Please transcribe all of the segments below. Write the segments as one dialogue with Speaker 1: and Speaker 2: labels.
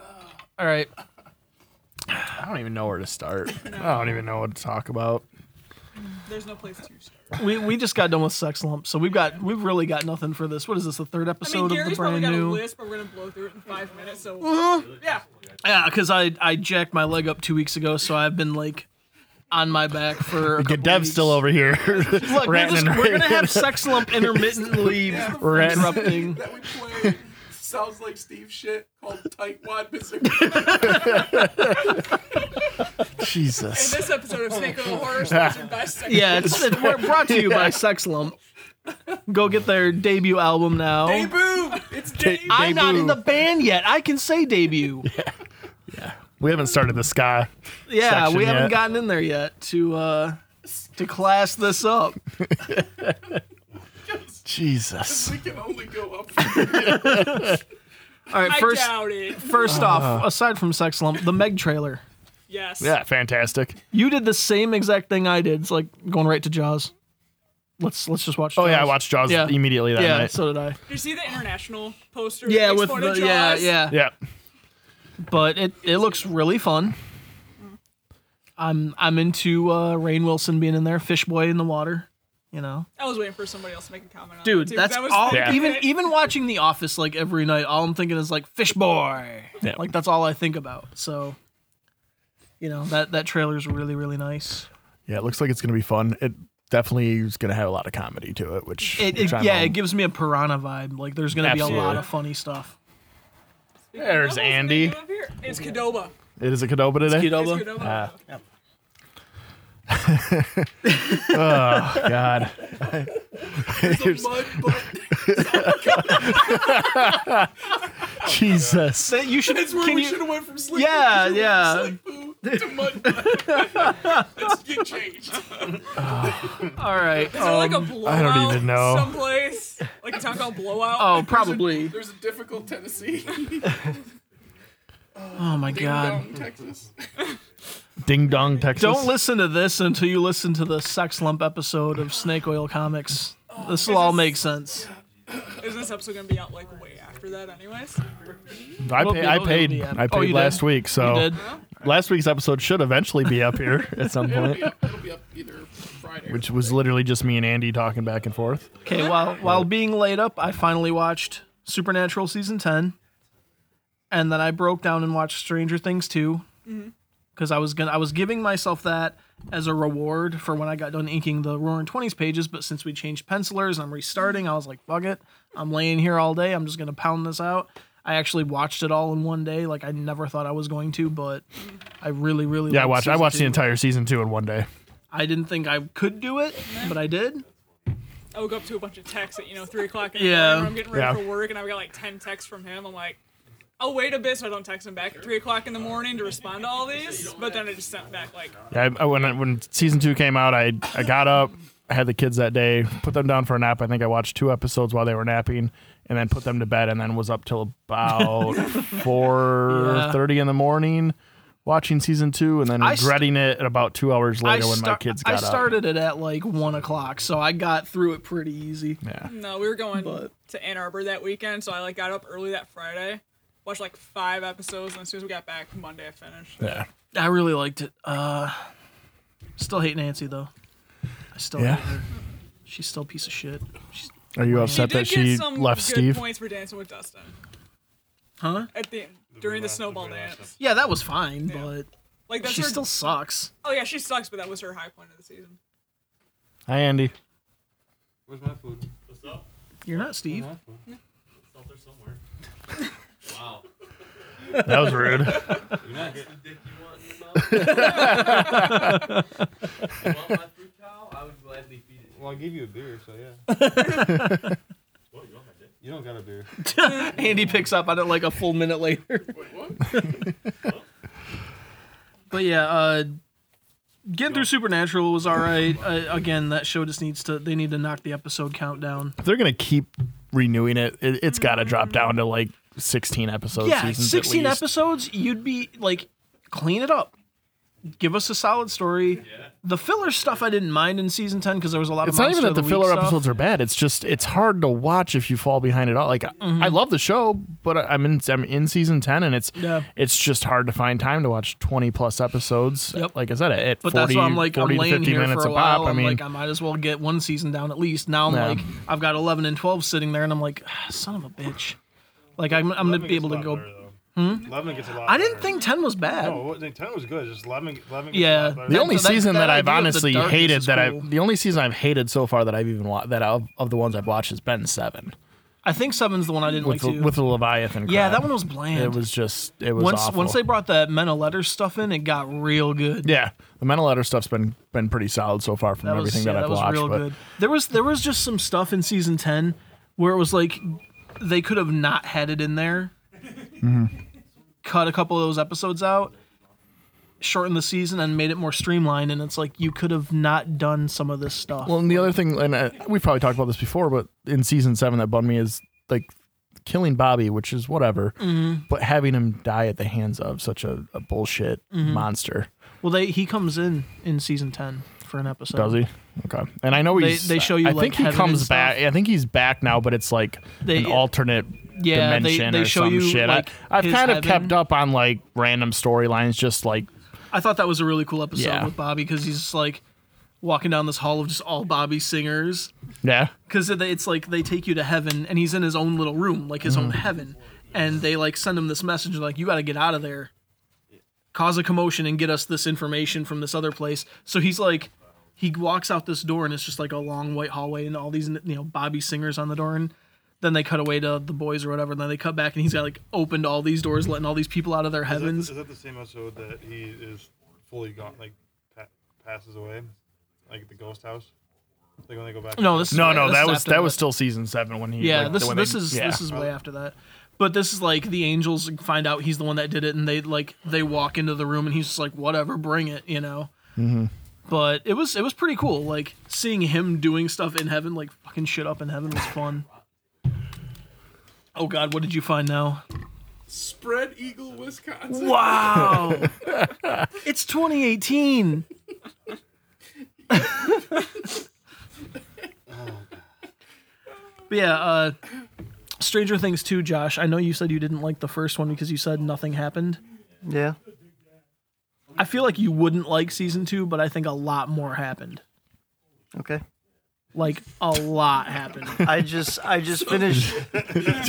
Speaker 1: All right. I don't even know where to start. I don't even know what to talk about.
Speaker 2: There's no place to start.
Speaker 3: We we just got done with Sex Lump, so we've got we've really got nothing for this. What is this? The third
Speaker 2: I mean,
Speaker 3: episode of
Speaker 2: Gary's
Speaker 3: the
Speaker 2: probably got
Speaker 3: brand
Speaker 2: a
Speaker 3: new. Uh-huh.
Speaker 2: list, but we're gonna blow through it in five minutes. So yeah,
Speaker 3: Yeah, because I I jacked my leg up two weeks ago, so I've been like on my back for. A
Speaker 1: Get
Speaker 3: couple
Speaker 1: Dev's
Speaker 3: weeks.
Speaker 1: still over here.
Speaker 3: Look, we're,
Speaker 1: ranting
Speaker 3: just,
Speaker 1: and
Speaker 3: we're gonna
Speaker 1: raving.
Speaker 3: have Sex Lump intermittently
Speaker 1: Ranting.
Speaker 3: interrupting.
Speaker 4: that we play sounds like Steve shit called Tightwad Bazooka.
Speaker 2: and
Speaker 1: Jesus.
Speaker 2: this episode of Snake Oil Horror is sponsored by Sex.
Speaker 3: Yeah, it's, it's we're brought to you by Sex Lump. Go get their debut album now.
Speaker 2: Debut. It's debut.
Speaker 3: I'm not in
Speaker 1: Debut.
Speaker 3: the band yet. I can say debut.
Speaker 1: We haven't started the sky.
Speaker 3: Yeah,
Speaker 1: section
Speaker 3: we haven't
Speaker 1: yet.
Speaker 3: gotten in there yet to uh to class this up.
Speaker 1: Jesus.
Speaker 4: We can only go up. From
Speaker 3: All right,
Speaker 2: I
Speaker 3: first
Speaker 2: doubt it.
Speaker 3: first
Speaker 1: Uh.
Speaker 3: off, aside from Sex Lump, the Meg trailer.
Speaker 2: Yes.
Speaker 1: Yeah, fantastic.
Speaker 3: You did the same exact thing I did. It's like going right to Jaws. Let's let's just watch.
Speaker 1: Oh yeah, I
Speaker 3: Jaws.
Speaker 1: watched Jaws
Speaker 3: Yeah.
Speaker 1: immediately that
Speaker 3: Yeah,
Speaker 1: night.
Speaker 3: so did I.
Speaker 2: Did you see the international poster?
Speaker 3: Yeah,
Speaker 2: that
Speaker 3: with
Speaker 2: makes fun
Speaker 3: the
Speaker 2: of
Speaker 3: yeah
Speaker 2: Jaws?
Speaker 3: yeah.
Speaker 1: yeah.
Speaker 3: But it it looks really fun. I'm I'm into uh, Rain Wilson being in there, Fish Boy in the water. You know,
Speaker 2: I was waiting for somebody else to make a comment. on
Speaker 3: dude,
Speaker 2: that too,
Speaker 3: that's
Speaker 2: that was
Speaker 3: all.
Speaker 1: Yeah.
Speaker 3: Even even watching The Office like every night, all I'm thinking is like Fish Boy.
Speaker 1: Yeah.
Speaker 3: Like that's all I think about. So, you know that that trailer's really really nice.
Speaker 1: Yeah, it looks like it's gonna be fun. It definitely is gonna have a lot of comedy to it, which
Speaker 3: It,
Speaker 1: which
Speaker 3: it
Speaker 1: I'm
Speaker 3: yeah,
Speaker 1: all-
Speaker 3: it gives me a piranha vibe. Like there's gonna be a lot
Speaker 1: Absolutely.
Speaker 3: of funny stuff.
Speaker 1: There's
Speaker 2: What was the
Speaker 1: Andy.
Speaker 2: name of here? It's Kadoba.
Speaker 1: It is a Cadoba today.
Speaker 2: It's Kadoba.
Speaker 3: Ah.
Speaker 1: God.
Speaker 4: mud butt.
Speaker 1: Jesus.
Speaker 3: That you should.
Speaker 4: That's where
Speaker 3: can
Speaker 4: we
Speaker 3: you-
Speaker 4: should have went from slick.
Speaker 3: Yeah,
Speaker 4: we
Speaker 3: yeah.
Speaker 4: should've went from Slick poo to mud butt. Let's get changed.
Speaker 3: all right.
Speaker 2: Is there like a
Speaker 3: um,
Speaker 2: blowout
Speaker 1: even know.
Speaker 2: someplace? Like a town called Blowout?
Speaker 3: oh, probably.
Speaker 4: There's a difficult Tennessee.
Speaker 3: Oh my god.
Speaker 4: Down in Texas.
Speaker 1: Ding dong Texas.
Speaker 3: Don't listen to this until you listen to the sex lump episode of Snake Oil Comics. This will all make sense.
Speaker 2: Isn't this episode gonna be out like way after that, anyways?
Speaker 1: I,
Speaker 3: It'll
Speaker 1: pay,
Speaker 3: be-
Speaker 1: I
Speaker 3: it'll
Speaker 1: paid.
Speaker 3: be up.
Speaker 1: I
Speaker 3: Oh,
Speaker 1: paid
Speaker 3: you did?
Speaker 1: last week, so
Speaker 3: Did-
Speaker 1: last week's episode should eventually be up here at some point.
Speaker 4: Yeah, it'll be up either Friday.
Speaker 1: Which was literally just me and Andy talking back and forth.
Speaker 3: Okay, while while being laid up, I finally watched Supernatural season ten, and then I broke down and watched Stranger Things two, because I was gonna I was giving myself that as a reward for when I got done inking the Roaring Twenties pages, but since we changed pencilers and I'm restarting, I was like, fuck it, I'm laying here all day, I'm just gonna pound this out. I actually watched it all in one day, like I never thought I was going to, but I really really
Speaker 1: Yeah, I
Speaker 3: liked
Speaker 1: watched. I
Speaker 3: season
Speaker 1: watched the
Speaker 3: two.
Speaker 1: entire season two in one day.
Speaker 3: I didn't think I could do it, but I did.
Speaker 2: I woke up to a bunch of texts at you know three o'clock in the
Speaker 3: Yeah.
Speaker 2: morning. When I'm getting ready
Speaker 1: Yeah.
Speaker 2: for work, and I've got like ten texts from him. I'm like, I'll wait a bit so I don't text him back at three o'clock in the morning to respond to all these. But then I just sent back like,
Speaker 1: Yeah, I, I- when I, when season two came out, I I got up, I had the kids that day, put them down for a nap. I think I watched two episodes while they were napping, and then put them to bed, and then was up till about four thirty in the morning. Watching season two and then
Speaker 3: I st-
Speaker 1: regretting it about two hours later when my
Speaker 3: star-
Speaker 1: kids got
Speaker 3: I started it at like one o'clock, so I got through it pretty easy.
Speaker 1: up. Yeah.
Speaker 2: no, we were going
Speaker 3: But-
Speaker 2: to Ann Arbor that weekend, so I like got up early that Friday, watched like five episodes, and as soon as we got back Monday, I finished.
Speaker 1: Yeah.
Speaker 3: I really liked it. Uh, still hate Nancy though. I still
Speaker 1: Yeah.
Speaker 3: hate her. She's still a piece of shit. She's,
Speaker 1: Are you
Speaker 2: She
Speaker 1: upset
Speaker 2: did
Speaker 1: that she
Speaker 2: get some
Speaker 1: left
Speaker 2: good
Speaker 1: Steve?
Speaker 2: points for dancing with Dustin
Speaker 3: huh?
Speaker 2: at the during the snowball dance.
Speaker 3: Yeah, that was fine,
Speaker 2: Like
Speaker 3: but
Speaker 2: that's
Speaker 3: she
Speaker 2: her.
Speaker 3: still sucks.
Speaker 2: oh yeah, she sucks, but that was her high point of the season.
Speaker 1: Hi, Andy.
Speaker 5: Where's my food? What's up?
Speaker 3: You're not Steve.
Speaker 5: My food. It's out there somewhere. wow.
Speaker 1: That was rude.
Speaker 5: You're not getting the dick you want in your mouth? you want my food, cow? I would gladly feed it. Well, I gave you a beer, so yeah. what, you want my dick? You don't got a beer.
Speaker 3: Andy picks up on it like a full minute later. but yeah, uh, getting through Supernatural was all right. Uh, again, that show just needs to they need to knock the episode count down.
Speaker 1: if they're gonna keep renewing it, it it's got to drop down to like sixteen episodes.
Speaker 3: yeah,
Speaker 1: seasons at
Speaker 3: 16
Speaker 1: least.
Speaker 3: episodes, you'd be like, clean it up. give us a solid story. The filler stuff I didn't mind in season ten because there was a lot
Speaker 1: It's
Speaker 3: of
Speaker 1: not even
Speaker 3: Monster
Speaker 1: that the
Speaker 3: of
Speaker 1: filler
Speaker 3: Week stuff.
Speaker 1: episodes are bad. It's just it's hard to watch if you fall behind at all. Like I-
Speaker 3: Mm-hmm.
Speaker 1: I love the show, but I- I'm in I'm in season ten, and it's
Speaker 3: Yeah.
Speaker 1: it's just hard to find time to watch twenty plus episodes.
Speaker 3: Yep.
Speaker 1: Like I said, at
Speaker 3: But
Speaker 1: 40,
Speaker 3: that's why I'm like
Speaker 1: 40
Speaker 3: I'm
Speaker 1: to
Speaker 3: laying
Speaker 1: 50
Speaker 3: here
Speaker 1: minutes
Speaker 3: for a
Speaker 1: a pop.
Speaker 3: while.
Speaker 1: I
Speaker 3: I'm
Speaker 1: mean,
Speaker 3: like I might as well get one season down at least. Now I'm
Speaker 1: Yeah.
Speaker 3: like I've got eleven and twelve sitting there, and I'm like "Ah, son of a bitch. Like I'm I'm gonna be able to go.
Speaker 5: Hmm? Eleven gets a lot.
Speaker 3: I didn't
Speaker 5: better.
Speaker 3: think ten was bad.
Speaker 5: No, what- the ten was good. Just eleven. Eleven. Gets
Speaker 3: Yeah.
Speaker 5: A lot better.
Speaker 1: the only
Speaker 3: that-
Speaker 1: season
Speaker 3: that
Speaker 1: that, I've
Speaker 3: idea of the
Speaker 1: honestly
Speaker 3: darkness
Speaker 1: hated
Speaker 3: is
Speaker 1: that
Speaker 3: cool.
Speaker 1: I the only season I've hated so far that I've even watched that of, of the ones I've watched has been seven
Speaker 3: I think seven's the one I didn't
Speaker 1: with
Speaker 3: like
Speaker 1: the,
Speaker 3: too.
Speaker 1: with the Leviathan.
Speaker 3: yeah,
Speaker 1: crap.
Speaker 3: that one was bland.
Speaker 1: It was just it was
Speaker 3: once
Speaker 1: awful.
Speaker 3: once they brought that men of letters stuff in, it got real good.
Speaker 1: yeah, the mental letter stuff's been been pretty solid so far from
Speaker 3: that was,
Speaker 1: everything
Speaker 3: yeah,
Speaker 1: that I've
Speaker 3: was
Speaker 1: watched.
Speaker 3: real
Speaker 1: but
Speaker 3: good. There was there was just some stuff in season ten where it was like they could have not had it in there.
Speaker 1: Mm-hmm.
Speaker 3: Cut a couple of those episodes out, shortened the season, and made it more streamlined. And it's like you could have not done some of this stuff.
Speaker 1: Well, and the other thing, and uh, we've probably talked about this before, but in season seven, that bummed me is like killing Bobby, which is whatever,
Speaker 3: Mm-hmm.
Speaker 1: but having him die at the hands of such a, a bullshit
Speaker 3: Mm-hmm.
Speaker 1: monster.
Speaker 3: well, they he comes in in season ten for an episode.
Speaker 1: Does he? Okay. And I know
Speaker 3: They-
Speaker 1: he's.
Speaker 3: they show you,
Speaker 1: I
Speaker 3: like,
Speaker 1: think he
Speaker 3: heaven and
Speaker 1: comes
Speaker 3: stuff.
Speaker 1: back. I think he's back now, but it's like
Speaker 3: They-
Speaker 1: an alternate.
Speaker 3: Yeah, they-
Speaker 1: dimension
Speaker 3: they
Speaker 1: or
Speaker 3: show
Speaker 1: some
Speaker 3: you,
Speaker 1: shit.
Speaker 3: like,
Speaker 1: I, I've
Speaker 3: his
Speaker 1: kind of
Speaker 3: heaven.
Speaker 1: kept up on like random storylines, just like
Speaker 3: I thought that was a really cool episode
Speaker 1: Yeah.
Speaker 3: with Bobby because he's just like walking down this hall of just all Bobby singers.
Speaker 1: yeah,
Speaker 3: because it's like they take you to heaven and he's in his own little room like his own
Speaker 1: Mm-hmm.
Speaker 3: heaven and they like send him this message like you got to get out of there cause a commotion and get us this information from this other place so he's like he walks out this door and it's just like a long white hallway and all these you know bobby singers on the door and then they cut away to the boys or whatever and then they cut back and he's got like opened all these doors letting all these people out of their
Speaker 5: Is that, is
Speaker 3: heavens
Speaker 5: that the same episode that he is fully gone, like pa- passes away, like at the ghost house? Like when they go back.
Speaker 3: no this is
Speaker 1: no,
Speaker 3: yeah,
Speaker 1: no,
Speaker 3: this
Speaker 1: that
Speaker 3: is
Speaker 1: was
Speaker 3: after
Speaker 1: that
Speaker 3: the-
Speaker 1: was still season seven when he
Speaker 3: Yeah,
Speaker 1: like,
Speaker 3: this
Speaker 1: when
Speaker 3: this
Speaker 1: they-
Speaker 3: is
Speaker 1: yeah.
Speaker 3: this is way after that. But this is like the angels find out he's the one that did it, and they like they walk into the room, and he's just like, "Whatever, bring it," you know.
Speaker 1: Mm-hmm.
Speaker 3: But it was it was pretty cool, like seeing him doing stuff in heaven, like fucking shit up in heaven was fun. Oh God, what did you find now?
Speaker 4: Spread Eagle, Wisconsin.
Speaker 3: Wow, it's 2018. But yeah, uh, Stranger Things 2, Josh. I know you said you didn't like the first one because you said nothing happened.
Speaker 6: Yeah.
Speaker 3: I feel like you wouldn't like season two, but I think a lot more happened.
Speaker 6: Okay.
Speaker 3: Like a lot happened.
Speaker 6: I just I just finished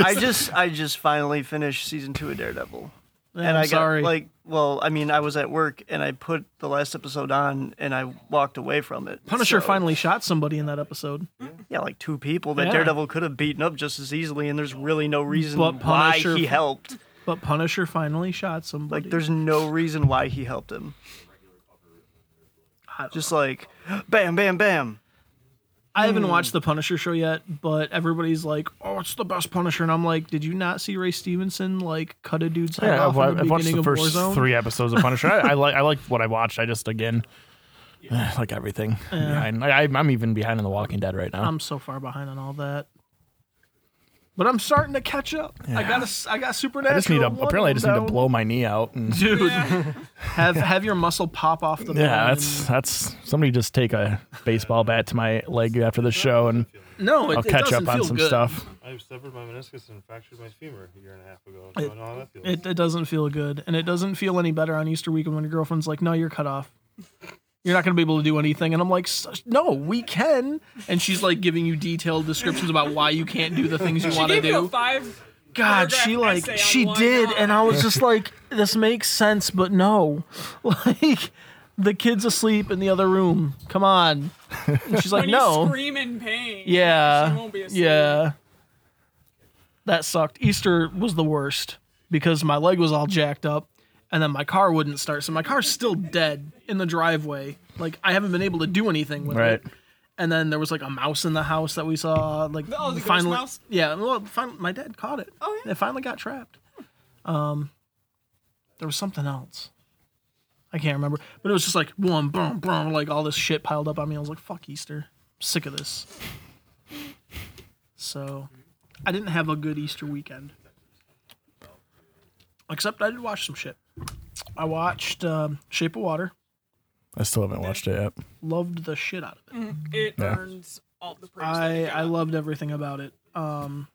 Speaker 6: I just I just finally finished season two of Daredevil.
Speaker 3: Yeah,
Speaker 6: And
Speaker 3: I'm
Speaker 6: I got
Speaker 3: sorry.
Speaker 6: like well, I mean I was at work and I put the last episode on and I walked away from it.
Speaker 3: Punisher
Speaker 6: So-
Speaker 3: finally shot somebody in that episode,
Speaker 6: Yeah, like two people that
Speaker 3: Yeah.
Speaker 6: Daredevil could have beaten up just as easily and there's really no reason
Speaker 3: But
Speaker 6: why
Speaker 3: Punisher-
Speaker 6: he helped.
Speaker 3: but Punisher finally shot somebody.
Speaker 6: Like there's no reason why he helped him.
Speaker 3: I don't
Speaker 6: Just like bam bam bam.
Speaker 3: I haven't watched the Punisher show yet, but everybody's like, "Oh, it's the best Punisher," and I'm like, "Did you not see Ray Stevenson like cut a dude's head
Speaker 1: Yeah,
Speaker 3: off
Speaker 1: I've,
Speaker 3: at the
Speaker 1: I've watched
Speaker 3: beginning
Speaker 1: the
Speaker 3: of
Speaker 1: first
Speaker 3: Warzone?"
Speaker 1: three episodes of Punisher. I, I like I like what I watched. I just again eh, like everything. behind. I, I'm- I'm even behind on The Walking Dead right now.
Speaker 3: I'm so far behind on all that. But I'm starting to catch up. I got a, I got
Speaker 1: I
Speaker 3: supernatural.
Speaker 1: just need to
Speaker 3: one
Speaker 1: apparently I
Speaker 3: of
Speaker 1: just
Speaker 3: them
Speaker 1: need to
Speaker 3: down.
Speaker 1: blow my knee out. And,
Speaker 3: dude. have have your muscle pop off the bone
Speaker 1: yeah, that's that's somebody just take a baseball bat to my leg after the show, and
Speaker 3: and- no. It,
Speaker 1: I'll
Speaker 3: it
Speaker 1: catch
Speaker 3: doesn't
Speaker 1: up on
Speaker 3: feel
Speaker 1: some
Speaker 3: good.
Speaker 1: stuff.
Speaker 5: I've severed my meniscus and fractured my femur a year and a half ago. So I know how that feels.
Speaker 3: It, it doesn't feel good, and it doesn't feel any better on Easter weekend when your girlfriend's like, "No, you're cut off. You're not gonna be able to do anything." And I'm like, "S- "No, we can." And she's like giving you detailed descriptions about why you can't do the things you want to
Speaker 2: Give you
Speaker 3: do.
Speaker 2: a five.
Speaker 3: God,
Speaker 2: paragraph essay
Speaker 3: she like
Speaker 2: on
Speaker 3: she
Speaker 2: why
Speaker 3: did,
Speaker 2: not.
Speaker 3: and I was just like, "This makes sense, but no." Like, the kid's asleep in the other room. Come on. And she's like,
Speaker 2: When
Speaker 3: "No."
Speaker 2: you scream in pain.
Speaker 3: Yeah.
Speaker 2: She won't be asleep.
Speaker 3: yeah. That sucked. Easter was the worst because my leg was all jacked up and then my car wouldn't start. So my car's still dead in the driveway. Like I haven't been able to do anything with
Speaker 1: Right.
Speaker 3: it. And then there was like a mouse in the house that we saw. Like
Speaker 2: Oh, the ghost
Speaker 3: finally,
Speaker 2: mouse?
Speaker 3: yeah. Well, fin my dad caught it.
Speaker 2: Oh, yeah.
Speaker 3: It finally got trapped. Um, there was something else. I can't remember, but it was just like boom, boom, boom, like all this shit piled up on me. I was like, "Fuck Easter, I'm sick of this." So, I didn't have a good Easter weekend. Except I did watch some shit. I watched um, Shape of Water.
Speaker 1: I still haven't watched it yet.
Speaker 3: Loved the shit out of it.
Speaker 2: It
Speaker 1: Yeah.
Speaker 2: earns all the praise. that
Speaker 3: I
Speaker 2: it
Speaker 3: I
Speaker 2: got.
Speaker 3: loved everything about it. Um,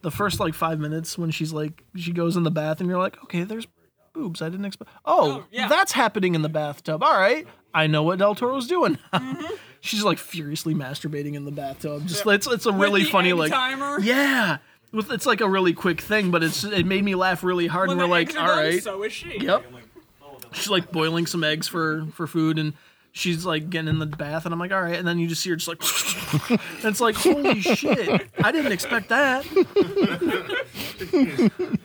Speaker 3: the first like five minutes when she's like she goes in the bath and you're like, okay, there's boobs. I didn't expect. Oh,
Speaker 2: Oh, yeah.
Speaker 3: that's happening in the bathtub. All right, I know what Del Toro's doing.
Speaker 2: Mm-hmm.
Speaker 3: she's like furiously masturbating in the bathtub. Just it's it's a
Speaker 2: With
Speaker 3: really
Speaker 2: the
Speaker 3: funny
Speaker 2: egg
Speaker 3: like
Speaker 2: timer.
Speaker 3: yeah. With, it's like a really quick thing, but it's it made me laugh really hard,
Speaker 2: When
Speaker 3: and we're
Speaker 2: the eggs
Speaker 3: like,
Speaker 2: are
Speaker 3: all
Speaker 2: done,
Speaker 3: right,
Speaker 2: So is she.
Speaker 3: Yep. She's like boiling some eggs for for food, and she's like getting in the bath, and I'm like, all right. And then you just see her just like, and it's like, holy shit, I didn't expect that.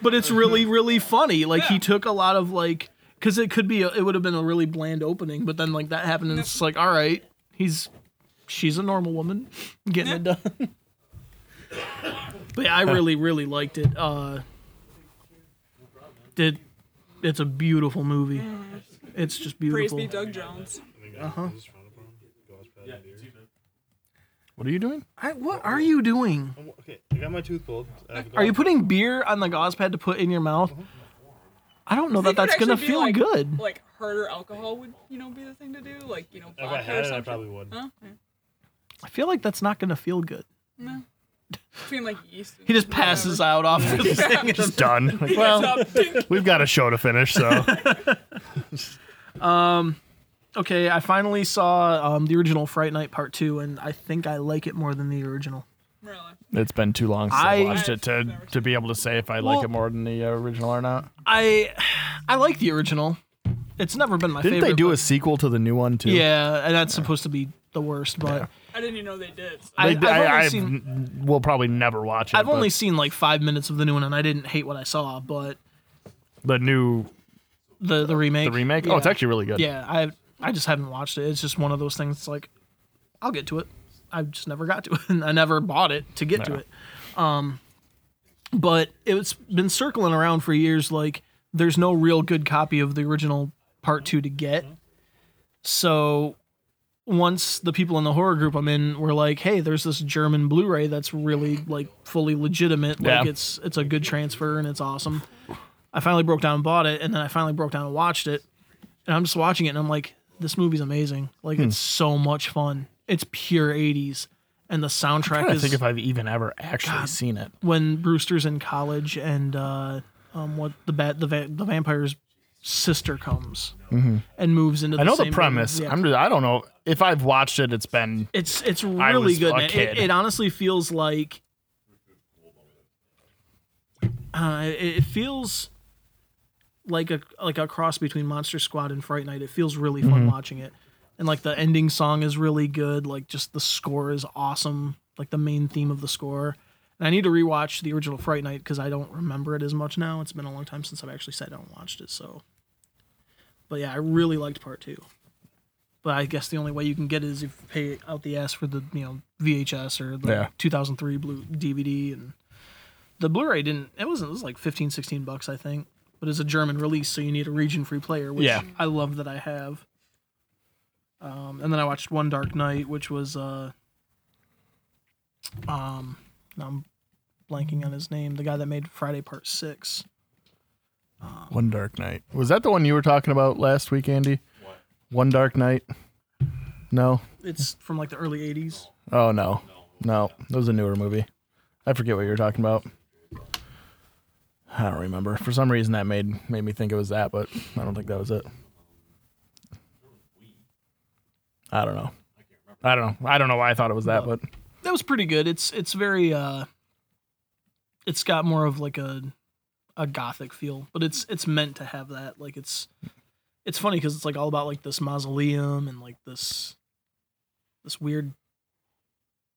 Speaker 3: but it's really really funny. Like he took a lot of like, because it could be a, it would have been a really bland opening, but then like that happened, and it's just like, all right, he's she's a normal woman getting it done. but yeah, I really really liked it. Uh, did it's a beautiful movie. It's just
Speaker 2: Praise
Speaker 3: beautiful.
Speaker 2: be Doug Jones.
Speaker 5: Uh-huh. Gauze pad and beer.
Speaker 1: What are you doing?
Speaker 3: I, what are you doing?
Speaker 5: I'm- Okay, I got my tooth pulled. I have a
Speaker 3: Are you
Speaker 5: gauze-
Speaker 3: putting beer on the gauze pad to put in your mouth? I don't know that
Speaker 2: Think it would
Speaker 3: that's gonna
Speaker 2: actually be,
Speaker 3: feel
Speaker 2: like-
Speaker 3: good.
Speaker 2: Like harder alcohol would, you know, be the thing to do. Like, you know,
Speaker 5: If I
Speaker 2: vodka or
Speaker 5: had it, I
Speaker 2: something.
Speaker 5: probably would.
Speaker 2: Huh? Yeah.
Speaker 3: I feel like that's not gonna feel good.
Speaker 2: Between like yeast. And
Speaker 3: He just passes out off of the thing.
Speaker 1: Just done. Like, well,
Speaker 2: Well,
Speaker 1: we've got a show to finish, so
Speaker 3: Okay, I finally saw um, the original Fright Night Part Two, and I think I like it more than the original.
Speaker 2: really.
Speaker 1: it's been too long since I,
Speaker 3: I-
Speaker 1: watched it to to be able to say if I like
Speaker 3: Well-
Speaker 1: it more than the original or not.
Speaker 3: I I like the original. It's never been my
Speaker 1: Didn't
Speaker 3: favorite.
Speaker 1: they do
Speaker 3: but-
Speaker 1: a sequel to the new one too?
Speaker 3: Yeah, and that's supposed to be the worst, but
Speaker 2: I didn't even know they did. So.
Speaker 3: I,
Speaker 1: I,
Speaker 3: I've only seen
Speaker 1: will probably never watch it.
Speaker 3: I've only
Speaker 1: but
Speaker 3: seen like five minutes of the new one, and I didn't hate what I saw, but
Speaker 1: the new
Speaker 3: the the remake.
Speaker 1: the remake.
Speaker 3: Yeah.
Speaker 1: Oh, it's actually really good.
Speaker 3: yeah. I I just haven't watched it. It's just one of those things. It's like I'll get to it. I just never got to it. and I never bought it to get to
Speaker 1: Yeah.
Speaker 3: it. Um, but it's been circling around for years. Like there's no real good copy of the original part two to get. So once the people in the horror group I'm in were like, "Hey, there's this German Blu-ray that's really like fully legitimate. Like
Speaker 1: Yeah.
Speaker 3: it's it's a good transfer and it's awesome." I finally broke down and bought it, and then I finally broke down and watched it, and I'm just watching it, and I'm like, "This movie's amazing. Like it's
Speaker 1: Hmm.
Speaker 3: so much fun. It's pure '80s, and the
Speaker 1: I
Speaker 3: soundtrack
Speaker 1: don't
Speaker 3: is
Speaker 1: think if I've even ever actually seen it.
Speaker 3: when Brewster's in college and uh, um, what the bat the va- the vampire's sister comes and moves into. The
Speaker 1: Mm-hmm. I know the
Speaker 3: same-
Speaker 1: premise.
Speaker 3: yeah.
Speaker 1: I'm just, I don't know if I've watched it. It's been
Speaker 3: It's it's
Speaker 1: I
Speaker 3: really
Speaker 1: was
Speaker 3: good.
Speaker 1: a
Speaker 3: man. It,
Speaker 1: kid.
Speaker 3: it honestly feels like uh, it, it feels like a like a cross between Monster Squad and Fright Night. It feels really fun watching it, and like the ending song is really good. Like just the score is awesome. Like the main theme of the score. And I need to rewatch the original Fright Night because I don't remember it as much now. It's been a long time since I've actually sat down and watched it. So, but yeah, I really liked part two but I guess the only way you can get it is if you pay out the ass for the you know VHS or the
Speaker 1: Yeah.
Speaker 3: 2003 blue DVD and the Blu-ray didn't. It wasn't. It was like 15, 16 bucks, I think. But it's a German release, so you need a region-free player, which
Speaker 1: Yeah.
Speaker 3: I love that I have. Um, and then I watched One Dark Night, which was uh, um, now I'm blanking on his name, the guy that made Friday Part Six.
Speaker 1: One Dark Night. Was that the one you were talking about last week, Andy? What? One Dark Night. No.
Speaker 3: It's from like the early 80s.
Speaker 1: Oh no. No. That was a newer movie. I forget what you were talking about. I don't remember. For some reason that made made me think it was that, but I don't think that was it. I don't know. I don't know. I don't know why I thought it was that, but
Speaker 3: that was pretty good. It's it's very uh it's got more of like a a gothic feel, but it's it's meant to have that. Like it's it's funny cuz it's like all about like this mausoleum and like this this weird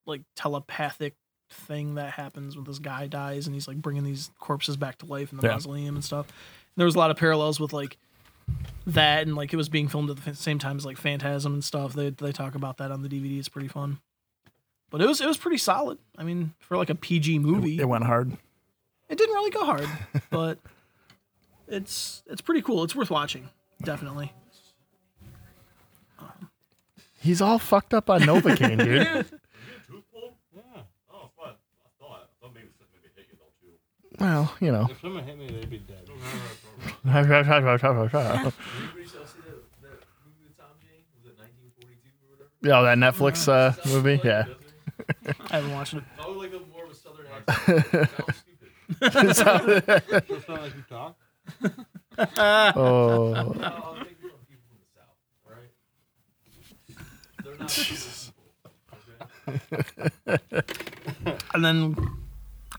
Speaker 3: like telepathic thing that happens when this guy dies and he's like bringing these corpses back to life in the
Speaker 1: Yeah.
Speaker 3: mausoleum and stuff. there was a lot of parallels with like that and like it was being filmed at the f- same time as like Phantasm and stuff. They they talk about that on the DVD. It's pretty fun. But it was it was pretty solid. I mean, for like a PG movie,
Speaker 1: it went hard.
Speaker 3: it didn't really go hard, but it's it's pretty cool. It's worth watching, definitely.
Speaker 1: He's all fucked up on Novocaine, dude. Well, you know.
Speaker 5: If someone hit me, they'd be dead.
Speaker 1: I Yeah, that Netflix uh, movie. Yeah.
Speaker 3: I haven't watched it.
Speaker 7: I would like a more of a southern accent. Sounds stupid.
Speaker 5: It's not like you talk.
Speaker 1: Oh,
Speaker 7: No, I'll take little people from the south. All right. They're not Jesus.
Speaker 3: And then